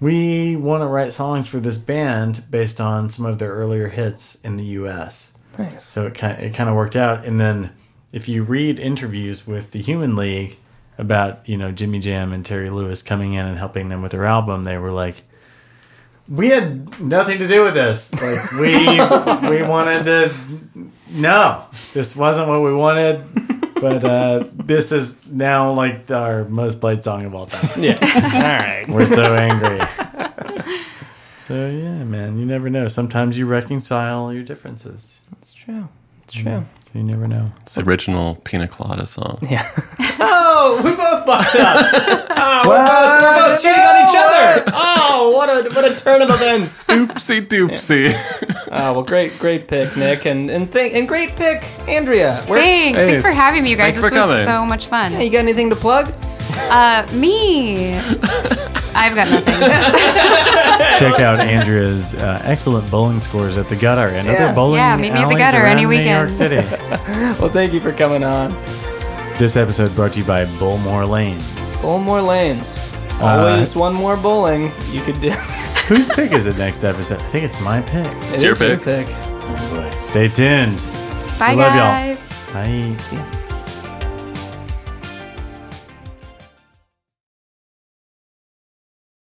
A: we want to write songs for this band based on some of their earlier hits in the U.S.
B: Nice.
A: So it kind it kind of worked out. And then if you read interviews with the Human League about you know Jimmy Jam and Terry Lewis coming in and helping them with their album, they were like, "We had nothing to do with this. Like we we wanted to no, this wasn't what we wanted." But uh, this is now like our most played song of all time.
B: Yeah. All right.
A: We're so angry. So yeah, man, you never know. Sometimes you reconcile your differences.
B: That's true. That's
A: Yeah,
B: true.
A: So you never know.
C: It's the original Pina Colada song.
B: Yeah. Oh, we both fucked up. Oh, we're
A: What?
B: both, we're both cheating on each
I: No!
B: other. Oh, what a what a turn of events.
C: Oopsie doopsie.
B: Oh well, great great pick, Nick, and and thank and great pick, Andrea. We're-
D: Thanks. Thanks for having me, you guys.
B: Thanks
D: This
B: for
D: was
B: coming.
D: so much fun.
B: Yeah, you got anything to plug?
D: Uh, me. I've got nothing.
A: Check out Andrea's uh, excellent bowling scores at the gutter and
B: Yeah.
A: other bowling
D: Yeah, meet me at the
A: alleys
D: gutter
A: around
D: any
A: New York
D: weekend.
A: City.
B: well, thank you for coming on.
A: this episode brought to you by Bullmore Lanes.
B: Bowl more lanes.
A: Uh,
B: Always one more bowling. You could do.
A: Whose pick is it next episode? I think it's my pick.
B: It is Your pick.
A: Stay tuned.
D: Bye,
A: We love y'all.
D: guys.
P: Bye.
A: See ya.